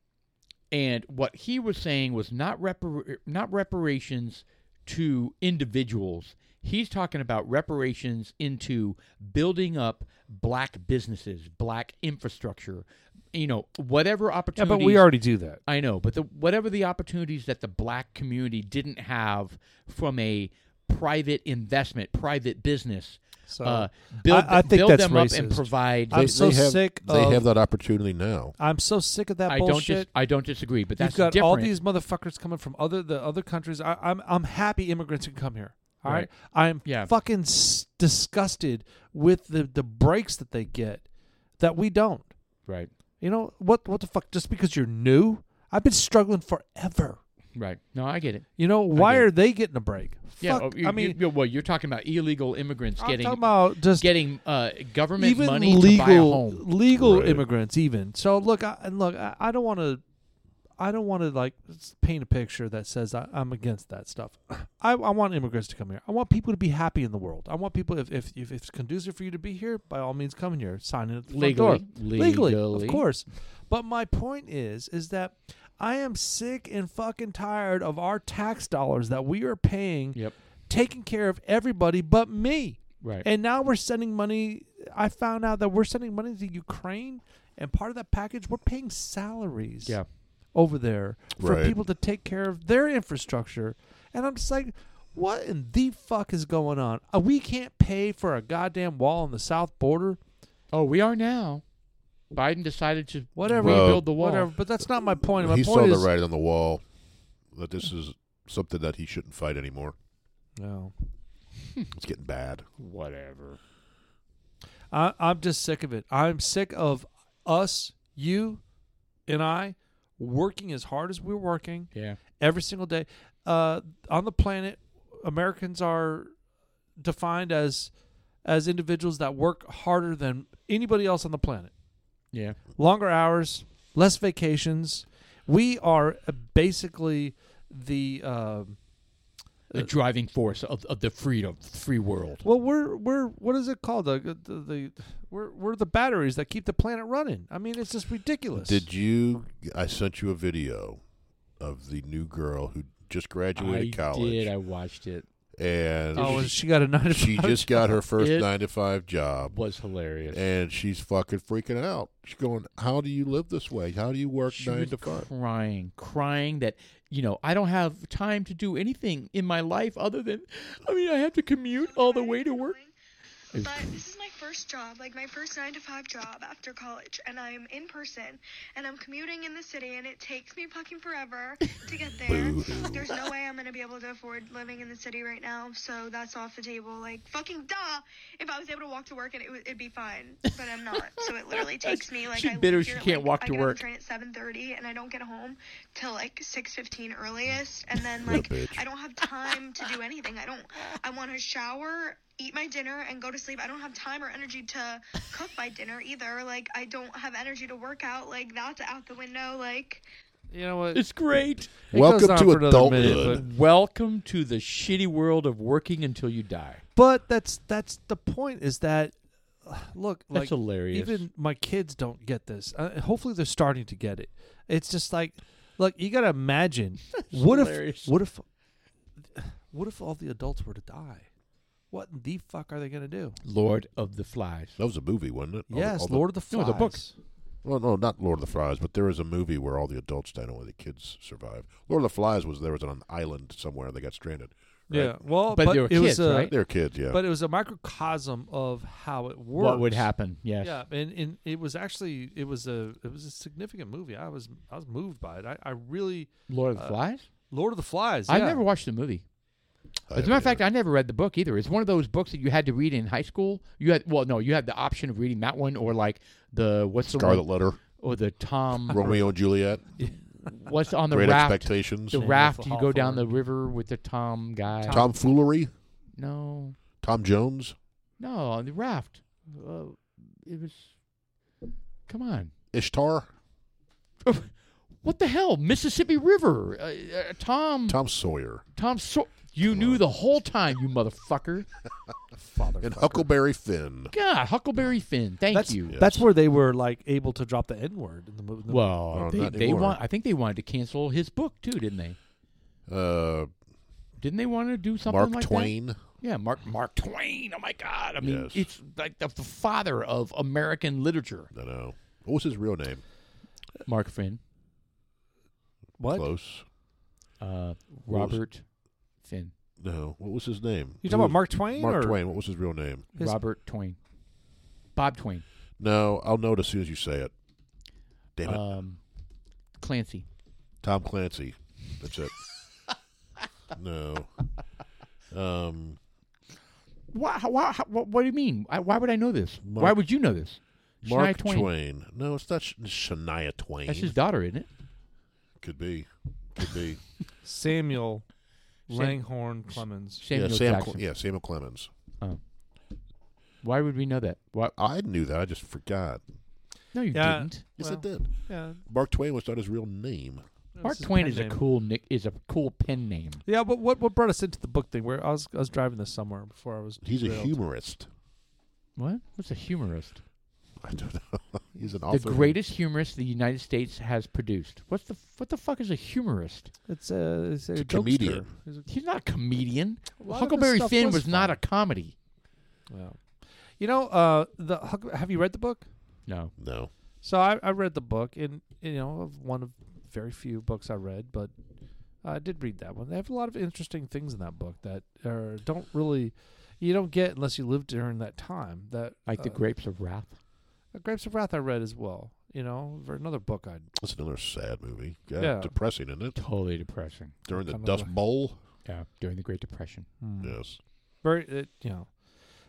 and what he was saying was not repar- not reparations to individuals. He's talking about reparations into building up black businesses, black infrastructure, you know, whatever Yeah, opportunities. but we already do that. I know, but the, whatever the opportunities that the black community didn't have from a private investment, private business, So uh, build, I- I think build that's them up and racist. provide. I'm They- so they have, sick They of- have that opportunity now. I'm so sick of that I don't, bullshit. dis- I don't disagree, but that's You've got different. all these motherfuckers coming from other the other countries. I, I'm I'm happy immigrants can come here. All right, Right. I'm Yeah. fucking s- disgusted with the the breaks that they get that we don't. right, You know what? What the fuck? Just because you're new, I've been struggling forever. right. No, I get it. You know why get it. are they getting a break? Yeah, Fuck, oh, you- I mean, you- you- well, you're talking about illegal immigrants I'm getting talking about just getting uh, government even money legal to buy a home. legal Right. immigrants even so look I, and look I, I don't want to i don't want to like s- paint a picture that says I, i'm against that stuff I, I want immigrants to come here i want people to be happy in the world i want people if, if, if it's conducive for you to be here by all means come in here sign in at the front door Legally, legally, Legally. of course. But my point is, is that I am sick and fucking tired of our tax dollars that we are paying, Yep. taking care of everybody but me. Right. And now we're sending money. I found out that we're sending money to Ukraine, and part of that package, we're paying salaries Yeah. over there for Right. people to take care of their infrastructure. And I'm just like, What in the fuck is going on? Uh, we can't pay for a goddamn wall on the south border. Oh, we are now. Biden decided to Whatever. rebuild the wall. Whatever. But that's not my point. My he saw point the is writing on the wall that this is something that he shouldn't fight anymore. no. It's getting bad. Whatever. I, I'm just sick of it. I'm sick of us, you, and I working as hard as we're working Yeah. every single day. Uh, on the planet, Americans are defined as as individuals that work harder than anybody else on the planet. Yeah. Longer hours, less vacations. We are uh, basically the um The driving force of, of the freedom, free world. well, we're we're what is it called? The, the, the we're we're the batteries that keep the planet running. I mean, it's just ridiculous. Did you? I sent you a video of the new girl who just graduated I college, did. I watched it. and Oh, she, and she got a nine to she five just got her first It- nine to five job, Was hilarious. and she's fucking freaking out. She's going, "How do you live this way? How do you work she nine was to five? crying, crying that you know I don't have time to do anything in my life other than, I mean, I have to commute all the way to work. But It's- this is my first job, like my first nine to five job after college, and I'm in person, and I'm commuting in the city, and it takes me fucking forever to get there. Boo-hoo. There's no way I'm gonna be able to afford living in the city right now, so that's off the table. Like fucking duh! If I was able to walk to work, and it, would- it'd be fine, but I'm not. So it literally takes me like She's I live bitter she here at, can't like, walk I to get on the work. train at 7:30, and I don't get home till like 6:15 earliest, and then What a like bitch. I don't have time to do anything. I don't. I want to shower, eat my dinner, and go to sleep. I don't have time or energy to cook my dinner either. Like I don't have energy to work out. Like that's out the window. Like You know what? It's great. It Welcome goes on to for another minute, adulthood. Welcome to the shitty world of working until you die. but, but that's that's the point. Is that uh, look That's like hilarious. even my kids don't get this. Uh, hopefully, they're starting to get it. It's just like, look, you gotta imagine. what hilarious. if? What if? What if all the adults were to die? What in the fuck are they gonna do? Lord of the Flies. That was a movie, wasn't it? All the- yes, all the- Lord of the No, Flies. the book. Well, no, not Lord of the Flies, but there was a movie where all the adults died, only the kids survived. Lord of the Flies was there was on an island somewhere and they got stranded. right? Yeah. Well, But but, they were it kids, was a, right? they were kids, yeah. but it was a microcosm of how it works. What would happen? Yes. Yeah, and, and it was actually it was a it was a significant movie. I was I was moved by it. I, I really Lord of the Uh, Flies? Lord of the Flies. I yeah. never watched the movie. As a I matter of haven't fact, I never read the book either. It's one of those books that you had to read in high school. You had well, no, you had the option of reading that one or like the what's either. the Scarlet one, Letter, or the Tom Romeo and Juliet, what's on the Great raft Expectations, the Sandra raft you go Hawthorne. down the river with the Tom guy. Tom Foolery, No, Tom Jones. no, on the raft. Uh, it was. Come on, Ishtar, what the hell, Mississippi River? Uh, uh, Tom, Tom, Tom Sawyer, So- you knew the whole time, you motherfucker. Father. and Huckleberry Finn. God, Huckleberry Finn. Thank That's you. that's Yes. where they were like able to drop the N word in the movie. Well, Oh, they, not they anymore. want. I think they wanted to cancel his book too, didn't they? Uh, Didn't they want to do something Mark like that? Twain. Yeah, Mark Mark Twain. Oh my God! I mean, Yes. it's like the, the father of American literature. No, no. What was his real name? Mark Finn, what Close. uh, What was- Robert Finn, No. What was his name? you Who talking about? was- Mark Twain? Mark or- Twain. What was his real name? His- Robert Twain, Bob Twain, No, I'll know it as soon as you say it. Damn it. Uh. um, Clancy. Tom Clancy. That's it. no. Um, Why, how- why, how- what, what do you mean? I, why would I know this? why Mark- would you know this? Mark Shania Twain. Twain. No, it's not Sh- Shania Twain. That's his daughter, isn't it? Could be. Could be. Samuel Sam- Langhorne Clemens. Samuel yeah, Sam Jackson. Cle- yeah, Samuel Clemens. Why would we know that? Why? I knew that. I just forgot. No, you Yeah. didn't. Yes, Well, I did. Yeah, Mark Twain was not his real name. that's Mark his Twain pen is name. a cool nick. Is a cool pen name. Yeah, but what what brought us into the book thing? Where I was I was driving this somewhere before I was. He's a derailed. humorist. What? What's a humorist? I don't know. He's an author. The greatest humorist the United States has produced. What's the what the fuck is a humorist? It's a it's a, It's a jokester. comedian. He's a- He's not a comedian. A lot of Huckleberry his stuff Finn was, was not a fun. comedy. well. You know, uh, the Huck- have you read the book? No. No. So I, I read the book, and you know, of one of very few books I read, but I did read that one. They have a lot of interesting things in that book that are, don't really you don't get unless you live during that time. That Like the uh, grapes of wrath. Grapes of Wrath I read as well. You know, for another book I That's another sad movie. Yeah, Yeah. depressing, isn't it? Totally depressing. During the Kind of Dust like- Bowl. Yeah, during the Great Depression. Yes. very it, you know.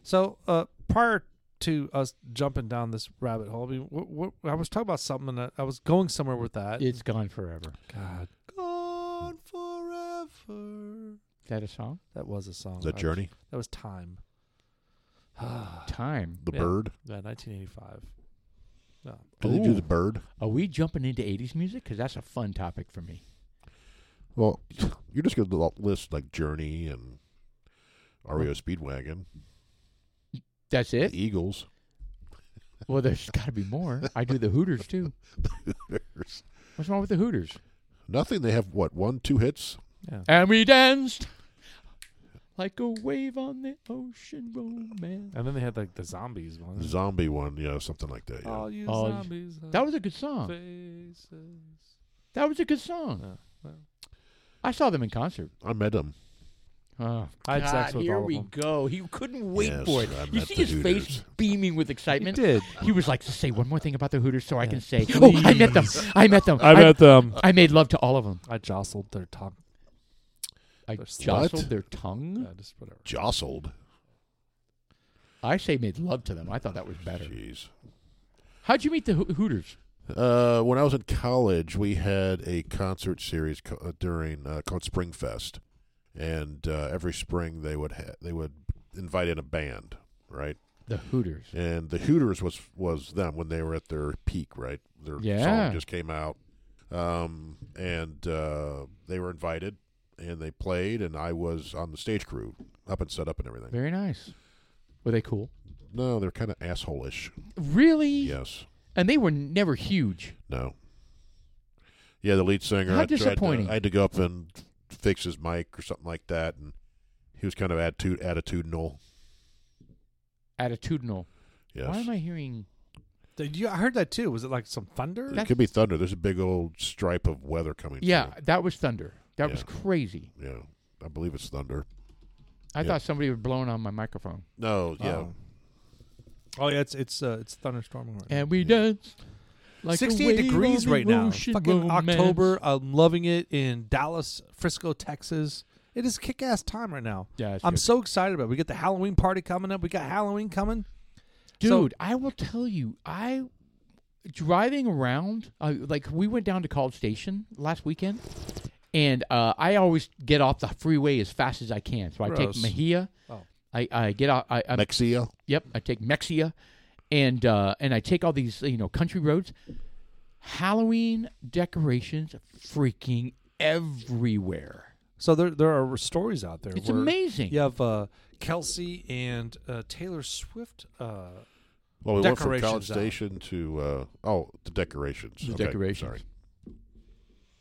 So uh, prior to us jumping down this rabbit hole, I, mean, what, what, I was talking about something. And I, I was going somewhere with that. It's gone forever. God, gone forever. Is that a song? That was a song. Is that I- Journey? That was time. Ah, Time. The Yeah. Bird? yeah, 1985. No. Did they do Ooh. The Bird? Are we jumping into 80s music? Because that's a fun topic for me. Well, you're just going to list like Journey and REO Speedwagon, That's the it? Eagles. Well, there's got to be more. I do the Hooters too. There's What's wrong with the Hooters? nothing. They have what one, two hits. Yeah. And we danced like a wave on the ocean, romance. And then they had like the zombies one. Zombie one, yeah, something like that. Yeah. All you Oh, zombies. That was a good song. faces. That was a good song. Yeah, well. I saw them in concert. I met him. Oh, I had God, sex with here all of we them. go. He couldn't wait Yes, for it. I you met see the his face Hooters. beaming with excitement. did. He was like, "Just say one more thing about the Hooters, so I can say, Please. oh, I met them. I met them. them. I made love to all of them. I jostled their tongue. I There's- jostled What? their tongue. Yeah, just whatever. Jostled. I say made love to them. I thought that was better. Jeez. How'd you meet the Ho- Hooters? Uh, when I was in college, we had a concert series co- uh, during uh, called Springfest, and uh, every spring they would ha- they would invite in a band, right? The Hooters. And the Hooters was was them when they were at their peak, right? Their Yeah. song just came out, um, and uh, they were invited, and they played, and I was on the stage crew, up and set up and everything. Very nice. Were they cool? No, they're kind of asshole-ish. Really? Yes. And they were never huge. No. Yeah, the lead singer. How I tried to- disappointing. I had to go up and fix his mic or something like that, and he was kind of attitude attitudinal. Attitudinal. Yes. Why am I hearing? Did you, I heard that too. Was it like some thunder? it could be thunder. There's a big old stripe of weather coming. Yeah, that was thunder. That was Yeah. crazy. Through. Yeah. I believe it's thunder. I Yeah. thought somebody was blowing on my microphone. No. Yeah. Oh. Oh yeah, it's it's uh, it's thunderstorming right now. And we Yeah. danced. Like a 68 wave degrees on the right now. ocean, Fucking romance. October. I'm loving it in Dallas, Frisco, Texas. It is kick ass time right now. Yeah, it's I'm good. so excited about it. We got the Halloween party coming up. We got Halloween coming. So- Dude, I will tell you, I driving around, uh, like we went down to College Station last weekend, and uh, I always get off the freeway as fast as I can. So I Gross. take Mejia, Oh. I, I get off, I, I Mexia. yep, I take Mexia, and uh, and I take all these you know country roads. Halloween decorations, freaking everywhere. So there there are stories out there. It's where amazing. You have uh, Kelsey and uh, Taylor Swift. Uh, Well, we went from Decorations College out. Station to uh, oh, the decorations. The Okay, decorations. Sorry.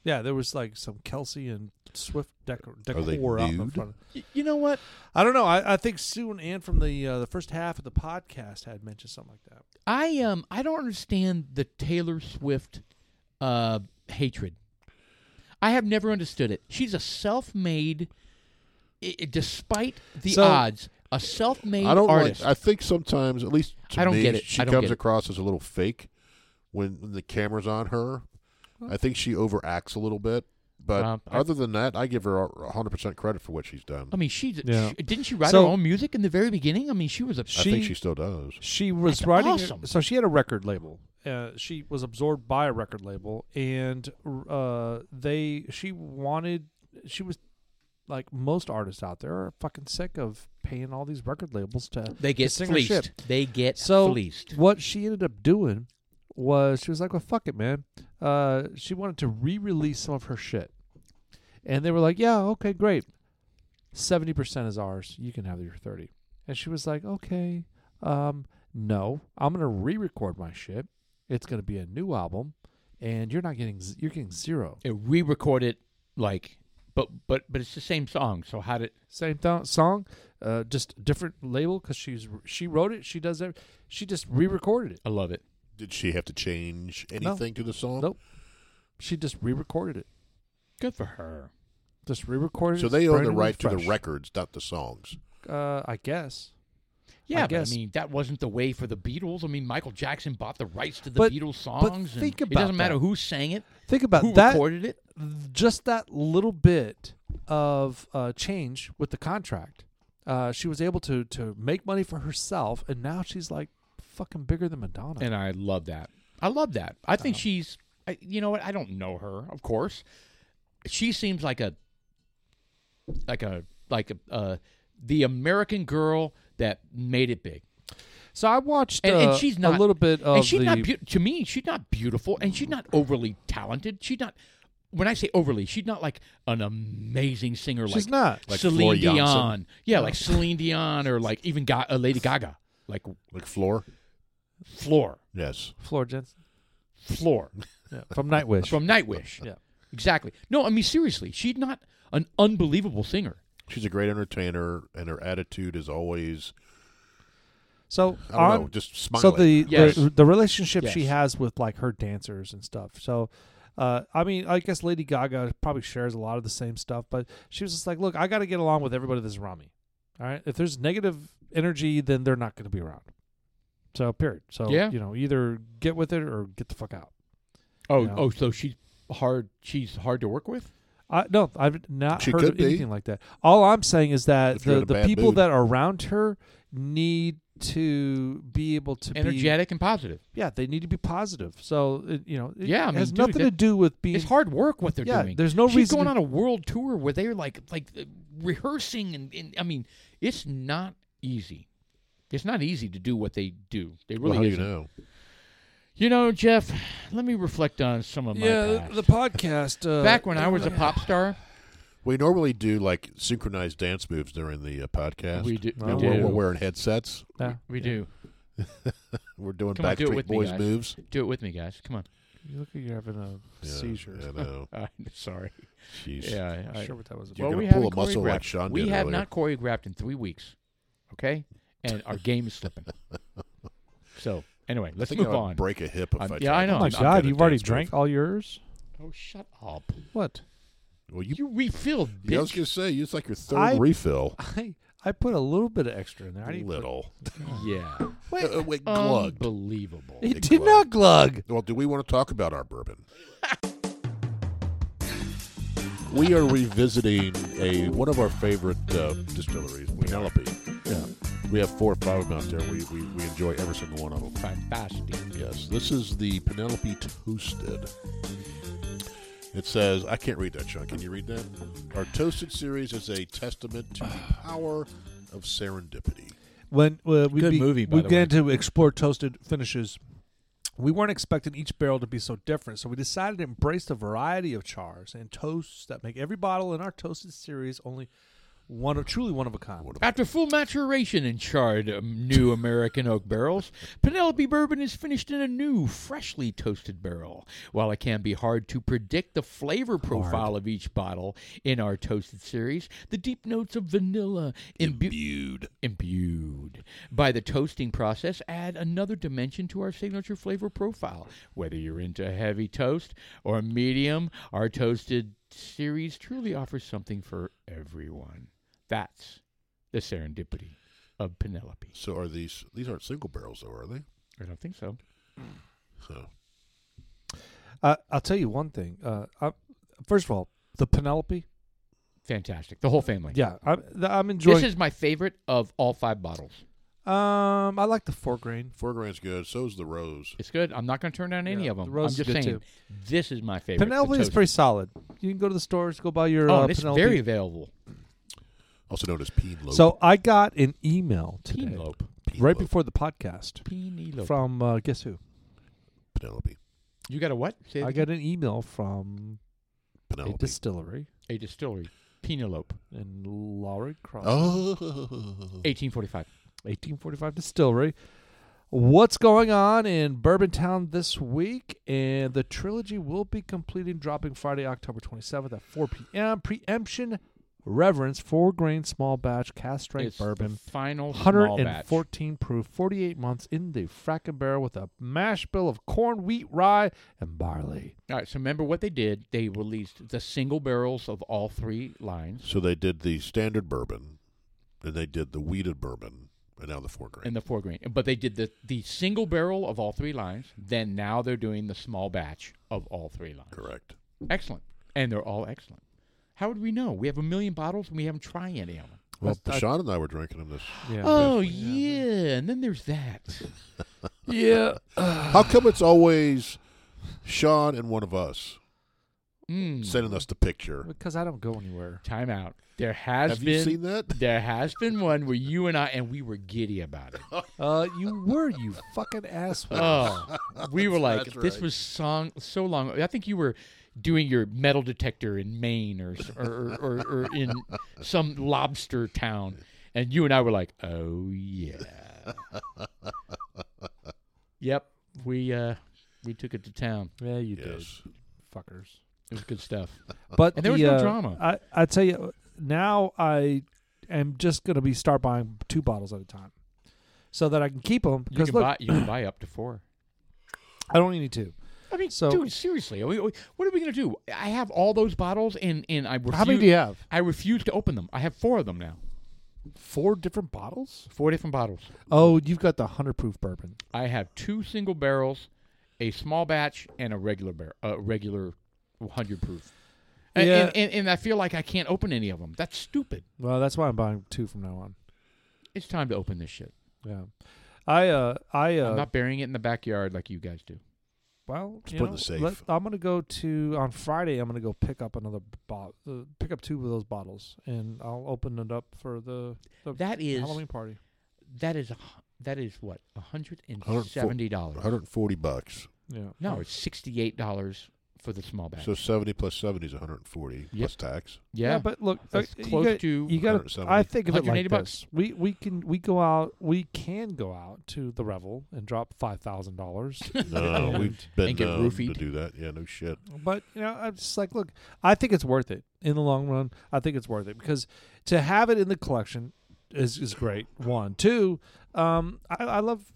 yeah, there was like some Kelsey and Swift decor, decor they out in nude? front. Of, Y- you know what? I don't know. I, I think Sue and Ann from the uh, the first half of the podcast had mentioned something like that. I um I don't understand the Taylor Swift uh hatred. I have never understood it. She's a self-made i i- despite the So- odds, a self-made I don't artist. like. I think sometimes, at least to I don't me, get it. she I don't comes get it. across as a little fake when, when the camera's on her. I think she overacts a little bit, but Um, I- Um, other than that, I give her a hundred percent credit for what she's done. I mean, she, Yeah. she- didn't she write So- her own music in the very beginning? I mean, she was a I think she still does. She was That's writing. awesome. So she had a record label. Uh, she was absorbed by a record label, and uh, they she wanted. She was like most artists out there are fucking sick of paying all these record labels to they to get sing her fleeced. shit. They get So fleeced. what she ended up doing was she was like, "Well, fuck it, man." Uh, she wanted to re-release some of her shit, and they were like, "Yeah, okay, great. Seventy percent is ours. You can have your 30. And she was like, "Okay, um, no, I'm gonna re-record my shit. It's gonna be a new album, and you're not getting z- you're getting zero. It re-recorded like but but but it's the same song. So how did Same th- song, uh, just different label because she's she wrote it. She does every, She just re-recorded it. I love it? Did she have to change anything to the song? Nope. She just re-recorded it." Good for her. Just re-recorded. So it, they own brand the new right to the fresh. records, not the songs. Uh, I guess. Yeah, I but guess. I mean that wasn't the way for the Beatles. I mean Michael Jackson bought the rights to the But- Beatles songs. but and think it doesn't about matter that. who sang it, Think about who that. recorded it. Just that little bit of uh, change with the contract. Uh, she was able to to make money for herself, and now she's like fucking bigger than Madonna. And I love that. I love that. I Uh. think she's. I, you know what? I don't know her, of course. She seems like a, like a, like a, uh, the American girl that made it big. so I watched. And, and uh, she's not a little bit of and she's the. not beau- to me. She's not beautiful, and she's not overly talented. She's not. When I say overly, she's not like an amazing singer. she's like, not. Like Floyd Celine Jansen. Dion. Yeah, like Celine Dion or like even Ga- uh, Lady Gaga. Like Like Floor? Floor, Yes. Floor Jensen Floor yeah, from Nightwish. from Nightwish. Yeah. exactly. No, I mean seriously, she's not an unbelievable singer. She's a great entertainer, and her attitude is always, so I don't on know, just smiling. So the, Yes. the the relationship she Yes. has with like her dancers and stuff. So, uh, I mean, I guess Lady Gaga probably shares a lot of the same stuff, but she was just like, "Look, I got to get along with everybody that's around me. All right, if there's negative energy, then they're not going to be around." So period. So Yeah. you know, either get with it or get the fuck out. Oh, Yeah. oh, so she's hard. She's hard to work with. I, no, I've not She heard could of be. anything like that. All I'm saying is that If you're in the, a the bad people mood. that are around her need to be able to be Energetic and positive. yeah, they need to be positive. So it, you know, it Yeah, I mean, has dude, nothing to that- do with being. It's hard work what they're Yeah, doing. there's no she's reason going to- on a world tour where they're like like uh, rehearsing and, and I mean it's not easy. It's not easy to do what they do. They really well, how do you isn't. know? You know, Jeff, let me reflect on some of my past. podcast uh, Back when I was a pop star, We normally do like synchronized dance moves during the uh, podcast. we do. We Well, do. We're, we're wearing headsets. Yeah. we do. We're doing Come on, do it Backstreet with uh, me, Boys guys. moves. Do it with me, guys. Come on. You look like you're having a Yeah, seizure. I know. Uh, sorry. Jeez. Yeah. I, Sure, what that was. About. You're well, gonna we pull haven't a muscle like choreographed. Sean We did have earlier. not choreographed in three weeks, okay? And our game is slipping. So anyway, I let's think move I would on. break a hip if I'm- I yeah, I tried. know. Oh my I'm- I'm God, good at you've already dance drank all yours. Oh, shut up! What? Well, you, You refilled, yeah, I was bitch. going to say, it's like your third I- refill. I I put a little bit of extra in there. I didn't put- Little. yeah, Wait, uh, Um, wait glug. unbelievable. It Big did glug. not glug. Well, do we want to talk about our bourbon? we are revisiting a one of our favorite uh, distilleries, Penelope. Yeah. We have four or five of them out there. We, we, we enjoy every single one of them. Fantastic. Yes, this is the Penelope Toasted. It says, I can't read that, Sean. Can you read that? Our Toasted series is a testament to the power of serendipity. When uh, we Good be- movie, by we the began to explore toasted finishes. We weren't expecting each barrel to be so different, so we decided to embrace the variety of chars and toasts that make every bottle in our toasted series only one of truly one of a kind. After full maturation in charred um, new American oak barrels, Penelope bourbon is finished in a new, freshly toasted barrel. While it can be hard to predict the flavor profile of each bottle in our toasted series, the deep notes of vanilla imbu- imbued imbued by the toasting process add another dimension to our signature flavor profile. Whether you're into heavy toast or medium, our toasted series truly offers something for everyone. That's the serendipity of Penelope. So are these, these aren't single barrels though, are they? I don't think so. So, Uh, I'll tell you one thing. Uh, I, first of all, the Penelope. Fantastic. The whole family. Yeah, I'm, th- I'm This enjoying. is my favorite of all five bottles. um, I like the four grain. four grand's good. So is the rose. It's good. I'm not going to turn down any Yeah, of them. the rose I'm is just good, saying, too. this is my favorite. the Penelope is toasted. pretty solid. You can go to the stores, go buy your Oh, uh, and it's Penelope. very available. Also known as peen loaf. so I got an email today, Penelope. Peen right loaf, before the podcast, Penelope. from uh, guess who? Penelope. you got a what? Say it I again. got an email from a Penelope. distillery a distillery. Penelope. in Lowry Cross, oh. 1845. 1845 distillery. What's going on in Bourbontown this week? And the trilogy will be completing dropping Friday, October 27th at 4 p.m. Preemption reverence, four grain small batch cast strength It's the bourbon. final small batch. 114 proof, 48 months in the fracking barrel with a mash bill of corn, wheat, rye, and barley. All right. So remember what they did? They released the single barrels of all three lines So they did the standard bourbon, and they did the wheated bourbon, and now the four grain. and the four grain, but they did the the single barrel of all three lines. Then now they're doing the small batch of all three lines. Correct. Excellent, and they're all excellent. How would we know? We have a million bottles and we haven't tried any of them. Well, That's- Sean and I were drinking them this. Yeah. Oh yeah, and then there's that. yeah. How come it's always Sean and one of us Mm. sending us the picture? Because I don't go anywhere. Time out. There has Have been you seen that? there has been one where you and I and we were giddy about it. Uh, you were, you fucking asshole. Oh, we were like, That's this right. was song so long. I think you were doing your metal detector in Maine or s- or, or, or, or in some lobster town, and you and I were like, oh yeah, yep. We uh, we took it to town. yeah, you Yes. did, fuckers. It was good stuff. But And there was the, no uh, drama. I, I tell you, now I am just gonna be start buying two bottles at a time, so that I can keep them. You Because can look, buy you can buy up to four. I don't need two. I mean, So- dude, seriously, we- we- what are we gonna do? I have all those bottles, and and I refuse, How many do you have? I refuse to open them. I have four of them now, Four different bottles. four different bottles. Oh, you've got the hundred proof bourbon. I have two single barrels, a small batch, and a regular barrel, a regular hundred proof. And, Yeah. and, and, and I feel like I can't open any of them. That's stupid. Well, that's why I'm buying two from now on. It's time to open this shit. Yeah, I uh, I uh, I'm not burying it in the backyard like you guys do. well, you put it in know, the safe. let- I'm gonna go to on Friday. I'm gonna go pick up another bottle, uh, pick up two of those bottles, and I'll open it up for the, the That is Halloween party. that is a hu- that is what hundred and seventy dollars. 140 bucks. Yeah, No, Oh, it's sixty eight dollars for the small batch. So 70 plus 70 is 140 plus tax. yeah, but look, uh, that's you close gotta- to. you got to. 170. I think of it like 180 bucks. this: we we can we go out, we can go out to the revel and drop five thousand dollars. No, we've been And get known to roofied. do that. Yeah, no shit. But you know, I'm just like, look, I think it's worth it in the long run. I think it's worth it because to have it in the collection is is great. One, two, um, I, I love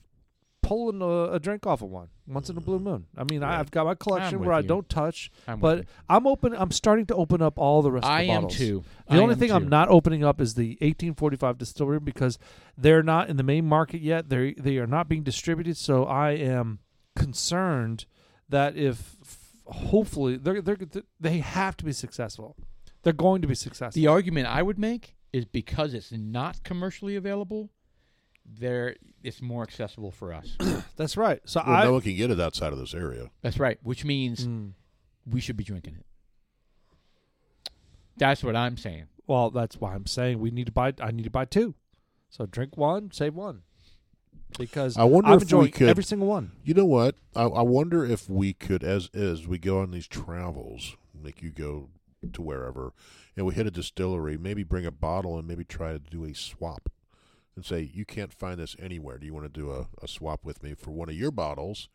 pulling a, a drink off of one once in a blue moon. I mean, I, Right. I've got my collection with where I you. don't touch, I'm with but you. I'm open. I'm starting to open up all the rest. I of the am bottles. too. The I only am thing too. I'm not opening up is the 1845 distillery because they're not in the main market yet. They they are not being distributed, so I am concerned that if hopefully they are they are they have to be successful. They're going to be successful. The argument I would make is because it's not commercially available, there it's more accessible for us. That's right. So Well, I no one can get it outside of this area. That's right, which means Mm. we should be drinking it. That's what I'm saying. well, that's why I'm saying we need to buy I need to buy two. So drink one, save one. Because I wonder I'm if we enjoying could- every single one. You know what? I, I wonder if we could, as is, we go on these travels, like you go to wherever, and we hit a distillery, maybe bring a bottle and maybe try to do a swap and say, you can't find this anywhere. Do you want to do a, a swap with me for one of your bottles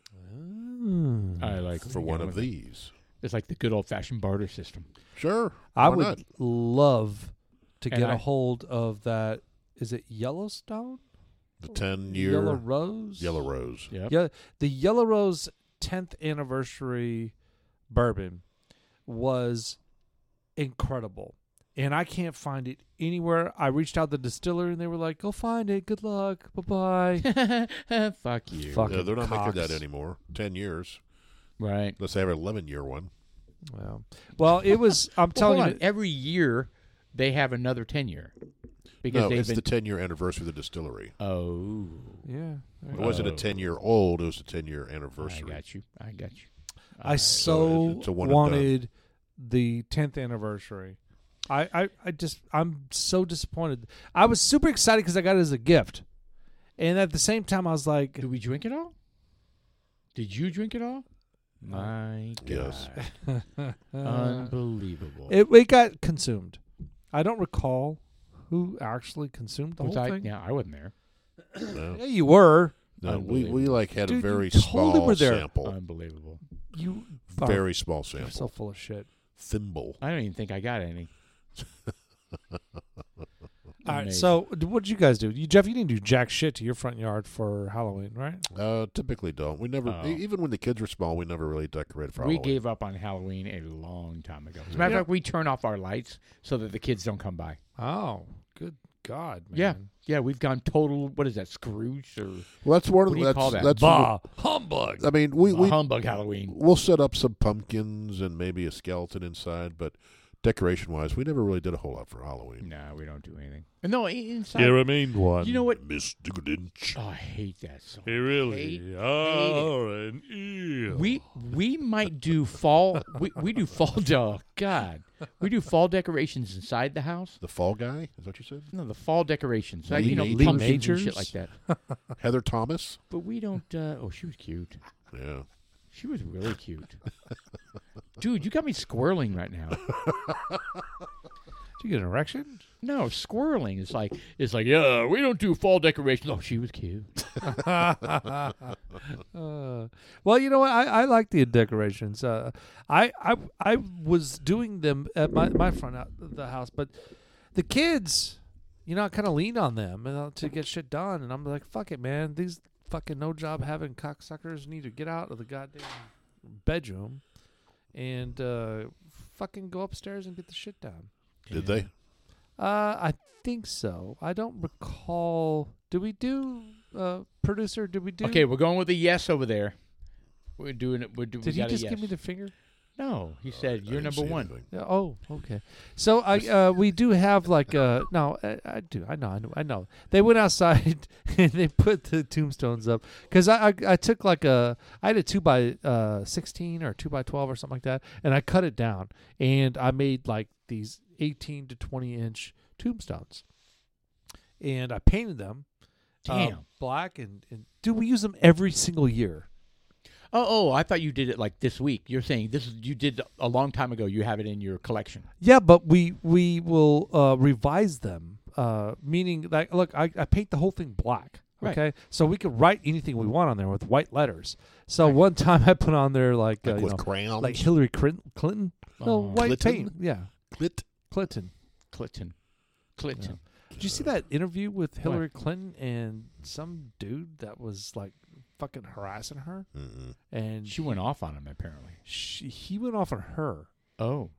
I like for one of these? It's like the good old fashioned barter system. Sure. I why would not? love to And get a I- hold of that. Is it Yellowstone? The 10 year Yellow Rose. Yellow Rose. Yeah. Yeah, the Yellow Rose 10th anniversary bourbon was incredible. And I can't find it anywhere. I reached out to the distiller and they were like, "Go find it. Good luck. Bye-bye." Fuck you. Fuck. Yeah, they're not Fucking making that cocks. anymore. 10 years. Right. Let's have a 11 year one. well, well, it was I'm Well, telling hold you on. Every year they have another tenure. Because No, they've it's been the 10 year anniversary of the distillery. Oh yeah. there you It go. wasn't a Oh. 10 year old, it was a 10 year I anniversary. got you. I got you. Uh, I so it's a one and done. wanted the 10th anniversary. I, I, I just I'm so disappointed. I was super excited because I got it as a gift, and at the same time I was like, Did we drink it all? Did you drink it all? No. My God. Yes. uh, Unbelievable. um, it, it got consumed. I don't recall who actually consumed the Was whole I, thing. Yeah, I wasn't there. No. Yeah, you were. No, we, we like had Dude, a you very told them small we're there. sample. Unbelievable. You Very small you're sample. so full of shit. Thimble. I don't even think I got any. All right. Amazing. So, d- what did you guys do? You, Jeff, you didn't do jack shit to your front yard for Halloween, right? Uh, typically don't. We never, Oh. e- even when the kids were small, we never really decorated for we Halloween. gave up on Halloween a long time ago. As a matter of fact, we turn off our lights so that the kids don't come by. Oh, good God, man. Yeah, yeah, we've gone total. What is that, Scrooge or well, that's one What of do the. you That's, call that? that's Bah, humbug. I mean, we we humbug Halloween? we'll set up some pumpkins and maybe a skeleton inside, but decoration wise, we never really did a whole lot for Halloween. No, we don't do anything. And no, i- inside. remained one. you know what? Miss Grinch. Oh, I hate that so. You really Hate- are an eel. We we might do fall. We, we do fall. Oh God, we do fall decorations inside the house. The Fall Guy is that what you said? No, the fall decorations. Like, Lee you know, Ma- Lee pumpkins and shit Majors? like that. Heather Thomas. But we don't. Uh, oh, she was cute. Yeah. She was really cute. Dude, you got me squirreling right now. Did you get an erection? No, squirreling is like it's like yeah, we don't do fall decorations. Oh, she was cute. Uh, well, you know what? I, I like the decorations. Uh, I, I I was doing them at my, my front out of the house, but the kids, you know, I kind of leaned on them and, uh, to get shit done. And I'm like, fuck it, man. These fucking no job having cocksuckers need to get out of the goddamn bedroom and uh, fucking go upstairs and get the shit done. Did they? Uh, I think so. I don't recall. Did we do uh, producer? Did we do? Okay, we're going with a yes over there. We're doing it. We're doing. Did we he got a just yes. give me the finger? No, he Oh, I said you're didn't number see one. anything. Yeah, Oh, okay. So I uh, we do have like uh no I, I do I know I know I know they went outside and they put the tombstones up because I, I I took like a I had a two by uh sixteen or two by twelve or something like that and I cut it down and I made like these eighteen to twenty inch tombstones and I painted them uh, Damn. black and, and do we use them every single year Oh, oh, I thought you did it like this week. You're saying this is you did a long time ago. You have it in your collection. Yeah, but we we will uh, revise them. Uh, meaning, like, look, I, I paint the whole thing black. Right. Okay, so we could write anything we want on there with white letters. So one time I put on there like, Like uh, you with know, crayons. like Hillary Crin- Clinton, no Oh. white Clinton? paint. Yeah, Clit. Clinton. Clinton, Clinton. Did you see that interview with Hillary Clinton and some dude that was like fucking harassing her? Mm-mm. And She went off on him apparently. she, he went off on her. Oh,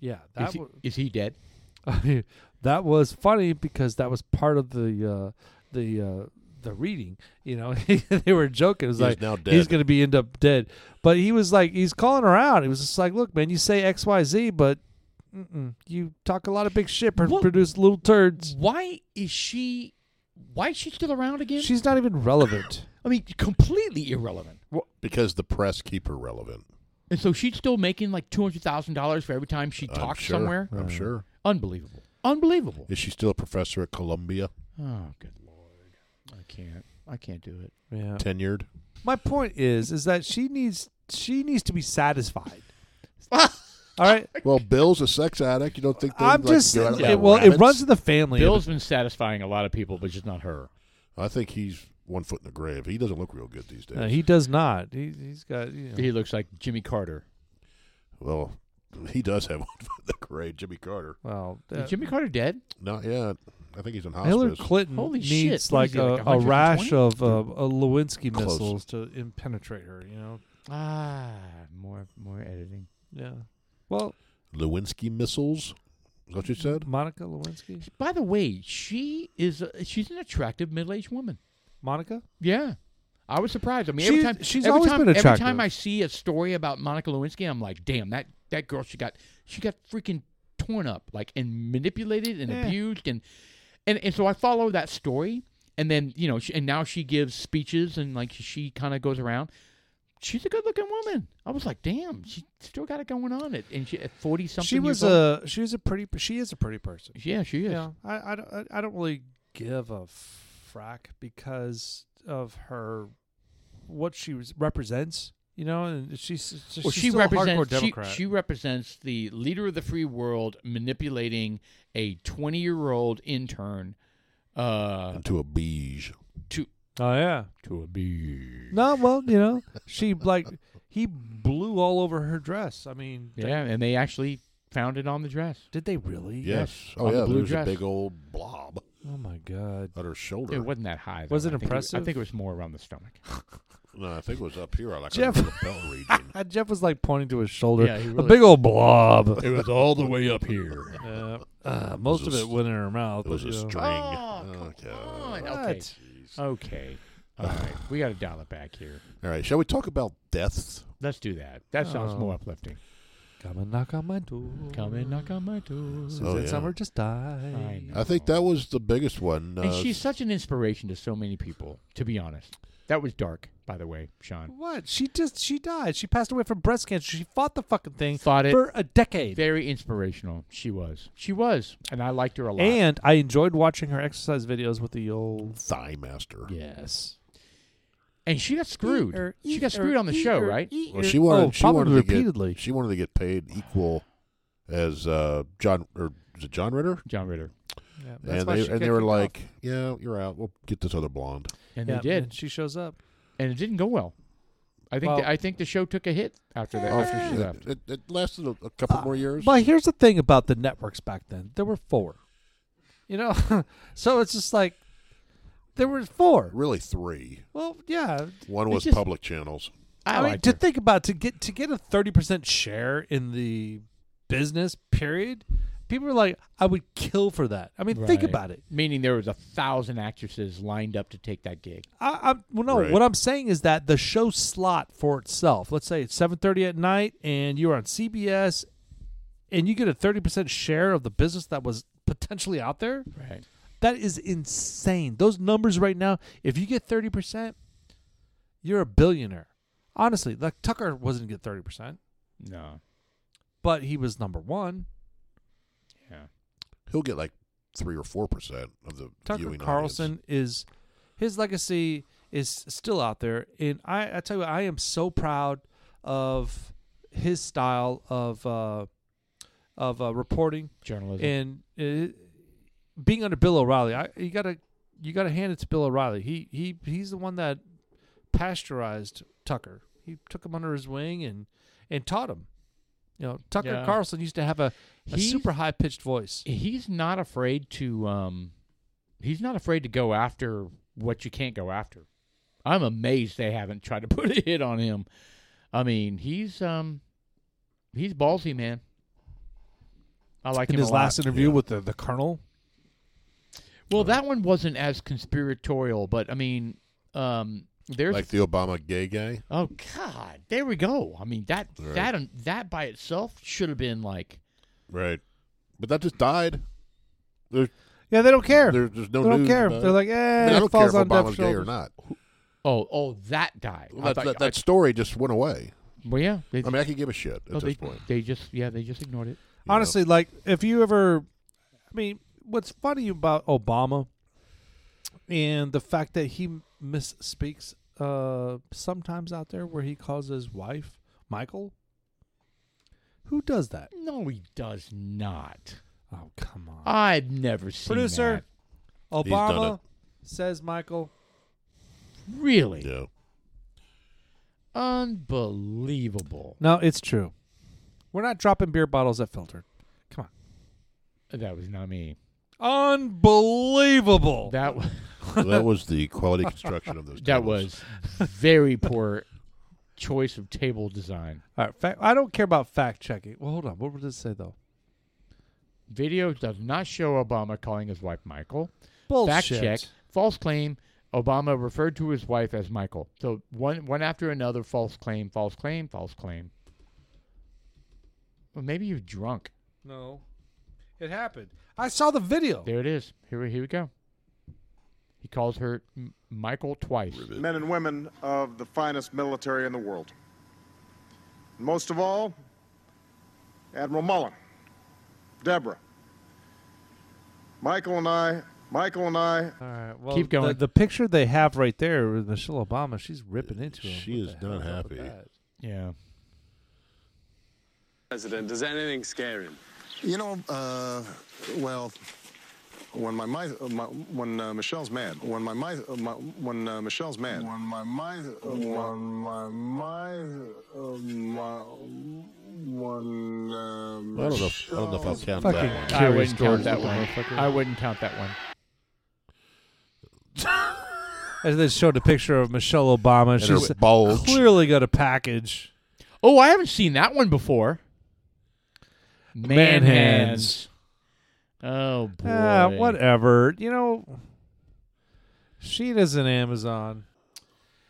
Yeah, that is he, wa- is he dead? I mean, that was funny because that was part of the uh, the uh, the reading. You know, they were joking. It was He's like now dead. he's going to be end up dead. But he was like, he's calling her out. He was just like, look, man, you say X Y Z, but mm-mm, you talk a lot of big shit, pr- What- produce little turds. Why is she? Why is she still around again? She's not even relevant. I mean, completely irrelevant. because the press keep her relevant. And so she's still making like two hundred thousand dollars for every time she I'm talks sure. somewhere. I'm sure. Unbelievable. Unbelievable. Is she still a professor at Columbia, Oh, good lord. I can't. I can't do it. yeah. tenured? My point is, is that she needs she needs to be satisfied. All right, Well, Bill's a sex addict. You don't think they I'm like, just go out it- and well, it rabbits? runs in the family. Bill's been satisfying a lot of people, but just not her. I think he's one foot in the grave. He doesn't look real good these days. No, Uh, he does not. He, he's got. You know. He looks like Jimmy Carter. well, he does have one foot in the grave. Jimmy Carter, Well, uh, Is Jimmy Carter dead? not yet. I think he's in Hillary hospice. Clinton Holy needs shit, what like is he, a, like a 120? rash of uh, uh, Lewinsky Close. missiles to impenetrate her. You know. Ah, more more editing. Yeah. Well, Lewinsky missiles. Is that what you said? Monica Lewinsky. By the way, she is a, she's an attractive middle-aged woman. Monica. Yeah. I was surprised. I mean, She's- every time she's every always time, been Every attractive. time I see a story about Monica Lewinsky, I'm like, damn that that girl. She got she got freaking torn up, like and manipulated and Yeah. abused, and and and so I follow that story, and then you know, she, and now she gives speeches and like she kind of goes around. She's a good-looking woman. I was like, damn, she still got it going on. At and she at forty something. She was years old. a she was a pretty she is a pretty person. yeah, she is. Yeah. I, I don't- I I don't really give a frack because of her what she was, represents. You know, and she's, she's Well, she still a hardcore represents she, Democrat. she represents the leader of the free world manipulating a 20 year old intern uh, Into a beige. to oh yeah. to a bee. No, well, you know, she like he blew all over her dress. I mean, Yeah, and they actually found it on the dress. Did they really? Yes. On Oh the yeah. blue There's a dress. big old blob Oh my god. at her shoulder. It wasn't that high. Though. Was it I think I impressive? think it was more around the stomach. no, I think it was up here, like Jeff. under the belt region. Ah, Jeff was like pointing to his shoulder. Yeah, he a really- big old blob. it was all the way up here. uh, uh, most It was of a it went in her mouth. It was but, a you know. string. Oh, come God. on. Okay. What? Jeez. Okay. All right. We got to dial it back here. Uh, All right. Shall we talk about deaths? Let's do that. That sounds Oh. more uplifting. Come and knock on my door. Come and knock on my door. Suzanne Oh, yeah. Summer just died. I know. I think that was the biggest one. And uh, she's such an inspiration to so many people, to be honest. That was dark, by the way, Sean. What? She just she died. She passed away from breast cancer. She fought the fucking thing Fought it. for a decade. Very inspirational. She was. She was. And I liked her a lot. And I enjoyed watching her exercise videos with the old Thigh Master. yes. And she got screwed. She got screwed on the show, right? Well, she wanted. oh, she probably wanted to repeatedly. Get, she wanted to get paid equal as uh, John or is it John Ritter? John Ritter. Yeah, that's And why they she and got they were kicked off. like, "Yeah, you're out. We'll get this other blonde." And yeah, they did. And she shows up. And it didn't go well. I think Well- the, I think the show took a hit after that after she Oh, it, left. It, it lasted a, a couple more years. Uh, But here's the thing about the networks back then. There were four. You know? so it's just like there were four. really, three. Well, yeah. One It's was just- public channels. I, mean, liked to her. think about to get to get a thirty percent share in the business period, people are like, I would kill for that. I mean, think Right. about it. Meaning there was a thousand actresses lined up to take that gig. I, I well, no, Right. what I'm saying is that the show slot for itself. Let's say it's seven thirty at night, and you're on CBS, and you get a thirty percent share of the business that was potentially out there. Right. That is insane. Those numbers right now, if you get 30%, you're a billionaire. Honestly, like Tucker wasn't get 30%, No. but he was number 1. Yeah. He'll get like three or four percent of the Tucker viewing Carlson audience. is his legacy is still out there and I I tell you what, I am so proud of his style of uh of uh, reporting Journalism. and uh being under Bill O'Reilly, I, you gotta you gotta hand it to Bill O'Reilly. He he he's the one that pasteurized Tucker. He took him under his wing and and taught him. You know, Tucker Yeah. Carlson used to have a, a He's- super high pitched voice. he's not afraid to um he's not afraid to go after what you can't go after. I'm amazed they haven't tried to put a hit on him. I mean, he's um he's ballsy, man. I like In him his a lot. last interview yeah. with the, the Colonel, Well, that one wasn't as conspiratorial, but I mean, um there's like the Obama gay guy. Oh god, there we go. I mean, that Right. that um, that by itself should have been like Right. But that just died. There's yeah, they don't care. there, there's no they don't news care. about They're it. like, I, eh, mean, I don't it falls care if on deaf Obama's gay shoulders. or not. oh, oh, that died. I Well, that, thought- that, that story just went away. well, yeah. They, I mean, I could give a shit at oh, this they, point. they just yeah, they just ignored it. you know? Honestly, like if you ever, I mean, what's funny about Obama and the fact that he misspeaks uh, sometimes out there, where he calls his wife Michael. Who does that? No, he does not. Oh come on, I've never seen producer. He's done Obama says Michael. that. Really? yeah. Unbelievable. No, it's true. We're not dropping beer bottles at filtered. Come That was not me. on, unbelievable. That was So that was the quality construction of those. that tables. was very poor choice of table design. All right, fact, I don't care about fact checking. Well, hold on. What would it say though? Video does not show Obama calling his wife Michael. Bullshit. Fact check. False claim. Obama referred to his wife as Michael. So one one after another, false claim, false claim, false claim. Well, maybe you're drunk. No. It happened. I saw the video. There it is. Here, we- here we go. He calls her M- Michael twice. men and women of the finest military in the world. Most of all, Admiral Mullen, Deborah, Michael and I, Michael and I All right. Well, Keep going. The, the picture they have right there with Michelle Obama, she's ripping into him. She What is the hell not is up with happy. that? Yeah. President, does anything scare him? You know, uh, well, when my, my, my when uh, Michelle's mad, when my, my, my when uh, Michelle's mad, when uh, my my when my my, uh, my one. Um, I don't know. If, I don't know if I'll count Fucking that. I Curious wouldn't count George, that the one. motherfucker. I wouldn't count that one. And they showed a picture of Michelle Obama. And her She's bulge. clearly got a package. Oh, I haven't seen that one before. Man hands. Oh boy. Ah, whatever. You know, she is an Amazon.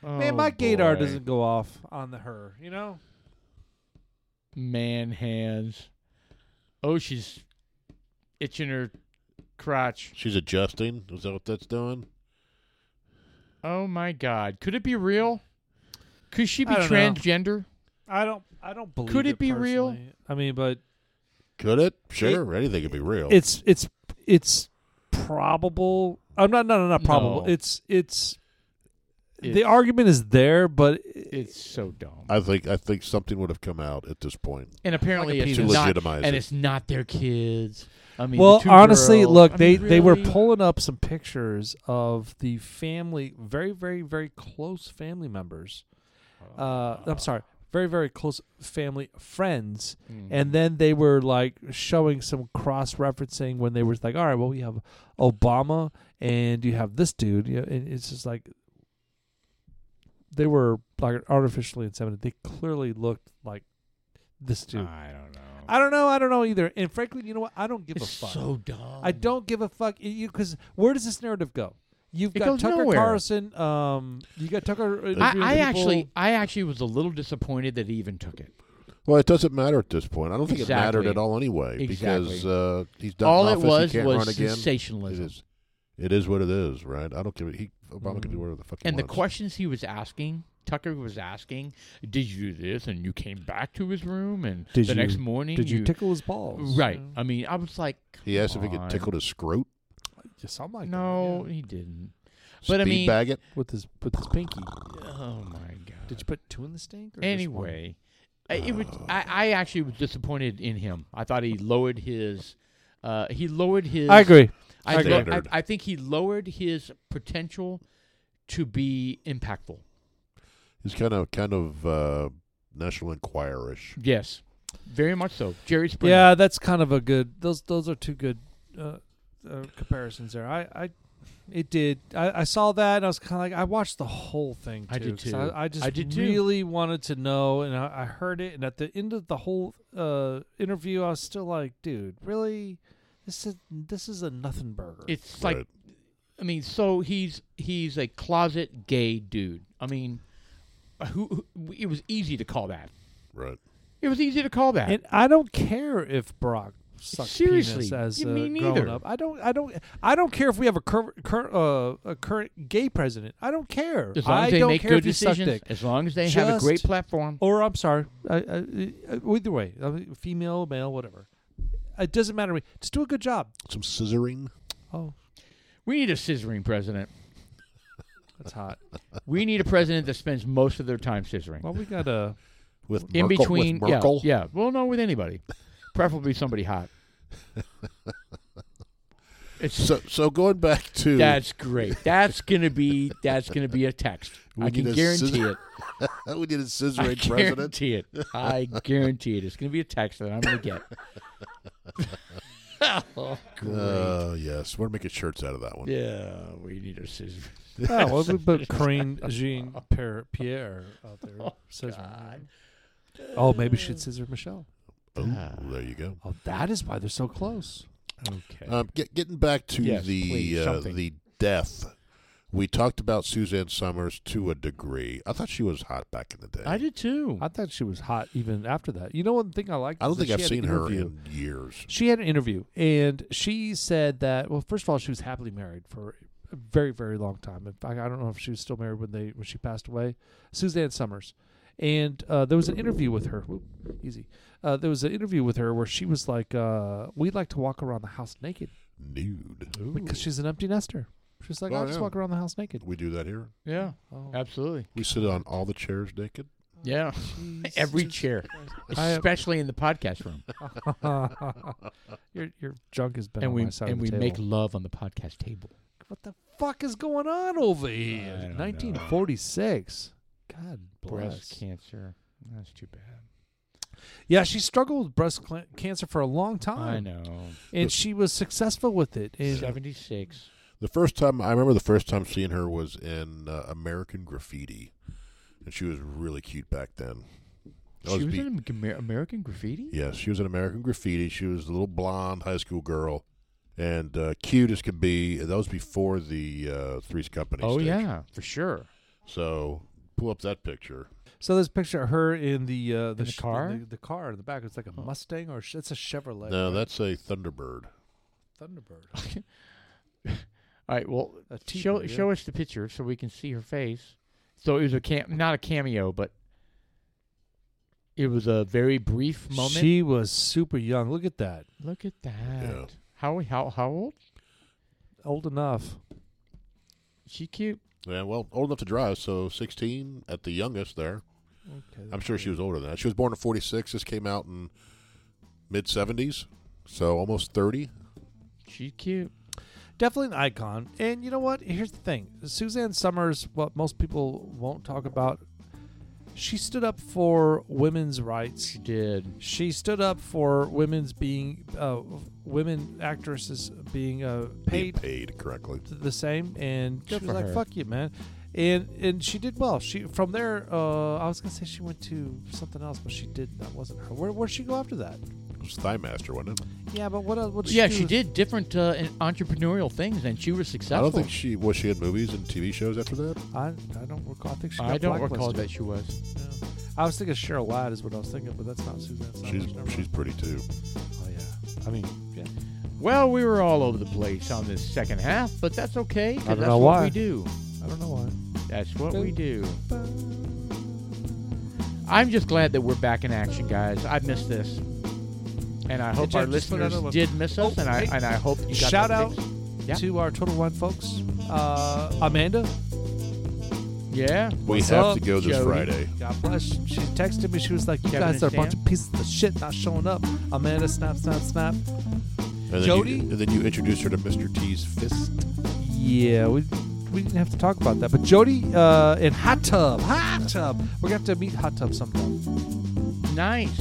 Man, Oh, my gaydar boy. doesn't go off on the her. You know, Man hands. Oh, she's itching her crotch. She's adjusting. Is that what that's doing? Oh my God. Could it be real? Could she be I don't know. transgender? I don't. I don't believe. Could it be real? personally. I mean, but Could it? Sure. anything could be real. it's it's it's probable. I'm not. No, no, not probable. No. It's, it's the It's- argument is there, but It's so dumb. I think. I think something would have come out at this point. And apparently Like a it's penis. To not, legitimize and it. it's not their kids. I mean, well, the two honestly, girls. look, I they mean, they were really? pulling up some pictures of the family, very, very, very close family members. Uh, Uh-huh. I'm sorry, very, very close family friends, Mm. and then they were like showing some cross referencing when they were like, all right, well, we have Obama and you have this dude, you know, and it's just like they were like artificially inseminated. They clearly looked like this dude. I don't know. I don't know. I don't know either. And frankly, you know what? I don't give It's a fuck. so dumb. I don't give a fuck because where does this narrative go? You've It got goes Tucker nowhere. Carlson. Um, you got Tucker. uh, I, interviewing I people. actually, I actually was a little disappointed that he even took it. Well, it doesn't matter at this point. I don't think it mattered Exactly. at all anyway because Exactly. uh, he's done All it office. was he can't was run again. It sensationalism. is. It is what it is, right? I don't care. He Obama can do whatever the fuck. he Mm. And the wants. questions he was asking, Tucker was asking, "Did you do this?" And you came back to his room, and Did you- the next morning, Did you, tickle his balls? Right. You know? I mean, I was like, He asked if he "Come could tickle his scrot, Yeah, something like No, that, yeah. he didn't. But I speed mean- bag it. with his with his pinky. Oh my god. Did you put two in the stink? Or just one? anyway, I, it was. Oh. I, I actually was disappointed in him. I thought he lowered his. Uh, he lowered his. I agree. I, lo- I, Standard. I think he lowered his potential to be impactful. He's kind of kind of uh, National Enquirerish. Yes, very much so. Jerry Springer. Yeah, that's kind of a good. Those those are two good uh, uh, comparisons there. I, I it did. I, I saw that and I was kind of like I watched the whole thing. Too, I did 'cause too. I, just I did too. really wanted to know, and I, I heard it. And at the end of the whole uh, interview, I was still like, dude, really. This is this is a nothing burger. It's Right. like I mean, so he's he's a closet gay dude. I mean, who, who it was easy to call that. Right. It was easy to call that. and I don't care if Brock sucks penis Seriously, as you uh, mean growing either. up. I don't. I don't. I don't care if we have a, cur- cur- uh, a current gay president. I don't care. as long I as they don't make care good if you suck decisions, dick. as long as they have a great Just- platform. or I'm sorry, I, I, I- either way, I mean, female, male, whatever. It doesn't matter to me. Just do a good job. Some scissoring. Oh, We need a scissoring president. that's hot. We need a president that spends most of their time scissoring. Well, we got a with in Merkel, between, with Merkel. yeah, yeah. Well, no, with anybody, preferably somebody hot. It's So so going back to that's great. That's gonna be that's gonna be a text. We I need can a guarantee scissor- it. we did a I scissoring president. guarantee it. I guarantee it. It's gonna be a text that I'm gonna get. oh, great. Uh, yes, we're making shirts out of that one. yeah, we need a scissor. oh, well, we put Corinne Jean Pierre, Pierre out there. scissoring. Oh, maybe she'd scissor Michelle. Oh, there you go. Oh, that is why they're so close. Okay. Um, get, getting back to Yes, the please, uh, something. the death, we talked about Suzanne Summers to a degree. I thought she was hot back in the day. I did too. I thought she was hot even after that. You know, one thing I like. I don't think I've seen her interview. in years. She had an interview, and she said that. Well, first of all, she was happily married for a very, very long time. In fact, I don't know if she was still married when they when she passed away. Suzanne Summers, and uh, there was an interview with her. Whoop, easy. Uh, there was an interview with her where she was like, uh, "We like to walk around the house naked Nude. because she's an empty nester." She's like, Oh, "I just yeah. walk around the house naked." We do that here. yeah, Oh, absolutely. We sit on all the chairs naked. Yeah, Jesus every chair, I- especially in the podcast room, your your junk has been and on we my side and of the we table. make love on the podcast table. What the fuck is going on over here? I don't know. 1946. God bless. Breast cancer. That's too bad. Yeah, she struggled with breast cl- cancer for a long time. I know. And she was successful with it. And 76. The first time I remember the first time seeing her was in uh, American Graffiti, and she was really cute back then. That She was be- in Amer- American Graffiti? Yes, she was in American Graffiti. She was a little blonde high school girl, and uh, cute as could be. That was before the uh, Three's Company. Oh, stage. yeah, for sure. So pull up that picture. so there's a picture of her in the uh, the, the car? the, the car in the back. It's like a Mustang or sh- it's a Chevrolet. no, right? that's a Thunderbird. Thunderbird. All right, well, A T-bird, show, yeah. show us the picture so we can see her face. So it was a cam- not a cameo, but it was a very brief moment. She was super young. Look at that. Look at that. How, how, how old? Old enough. She cute. Yeah, well, old enough to drive, so 16 at the youngest there. Okay. I'm sure she was older than that. She was born in 46. This came out in mid 70s, so almost 30. She cute. Definitely an icon. And you know what? Here's the thing Suzanne Summers, what most people won't talk about, she stood up for women's rights. She did. She stood up for women's being, uh, women actresses being uh, Being paid paid correctly. the same. And she Good for was like, her. fuck you, man. And and she did well. She from there. Uh, I was gonna say she went to something else, but she did. That wasn't her. Where where'd she go after that? It was Thighmaster, wasn't it? Yeah, but what else? What yeah, do? she did different uh, en- entrepreneurial things, and she was successful. I don't think she was. She had movies and TV shows after that. I, I don't recall. I think she. Got I don't recall blacklisted. that she was. Yeah. I was thinking Cheryl Ladd is what I was thinking, but that's not Suzanne. Summers. She's Never she's pretty too. mind. Oh yeah. I mean, yeah. Well, we were all over the place on this second half, but that's okay. 'cause I don't that's know what why. we do. I don't know why. That's what we do. I'm just glad that we're back in action, guys. I missed this, and I hope you our just put listeners another one? did miss us, Oh, and I hey. and I hope you got Shout that out fixed. Yeah. to our Total Wine folks, uh, Amanda. Yeah, We What's have up, to go this Jody? Friday. God bless. She texted me. She was like, "You Kevin guys and are a bunch Stan? of pieces of shit, not showing up." Amanda, snap, snap, snap. And then Jody? You, and then you introduced her to Mr. T's fist. Yeah, we we didn't have to talk about that. But Jody uh, and Hot Tub, Hot Tub. We're gonna have to meet Hot Tub sometime. nice.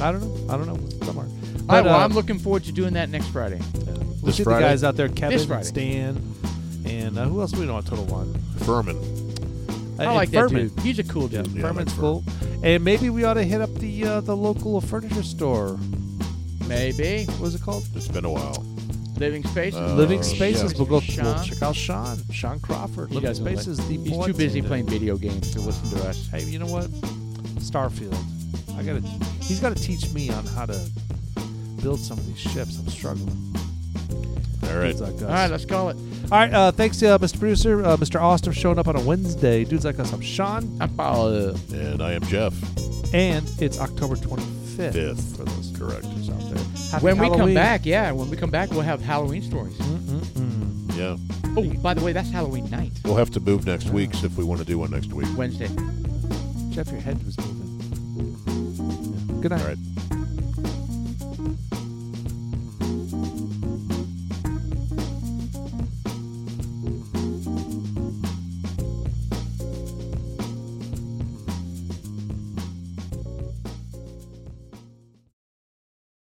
I don't know. I don't know somewhere. all right, well, uh, I'm looking forward to doing that next Friday. We'll This see Friday? the guys out there, Kevin, This Friday. Stan, and uh, who else we know on Total One? Furman. Uh, I and like Furman. that dude. He's a cool dude. Yeah, I Furman's like cool. And maybe we ought to hit up the uh, the local furniture store. Maybe What was it called? It's been a while. living spaces. Uh, Living yeah. Spaces. We'll go Sean. we'll check out Sean. Sean Crawford. He Living doesn't like- Spaces. The He's boy- too busy playing video games to listen to us. Hey, you know what? Starfield. I gotta. He's got to teach me on how to build some of these ships. I'm struggling. All right. Dudes like us. All right, let's call it. All right, uh, thanks, uh, Mr. Producer, uh, Mr. Austin, for showing up on a Wednesday. Dudes like us. I'm Sean. I'm Paul. And I am Jeff. and it's October 25th Fifth. for those Correct. who's out there. Happy When we come Halloween. back, yeah, when we come back, we'll have Halloween stories. Yeah. Oh, by the way, that's Halloween night, We'll have to move next week if we want to do one next week. Wednesday. Jeff, your head was moving. Yeah. Good night. All right.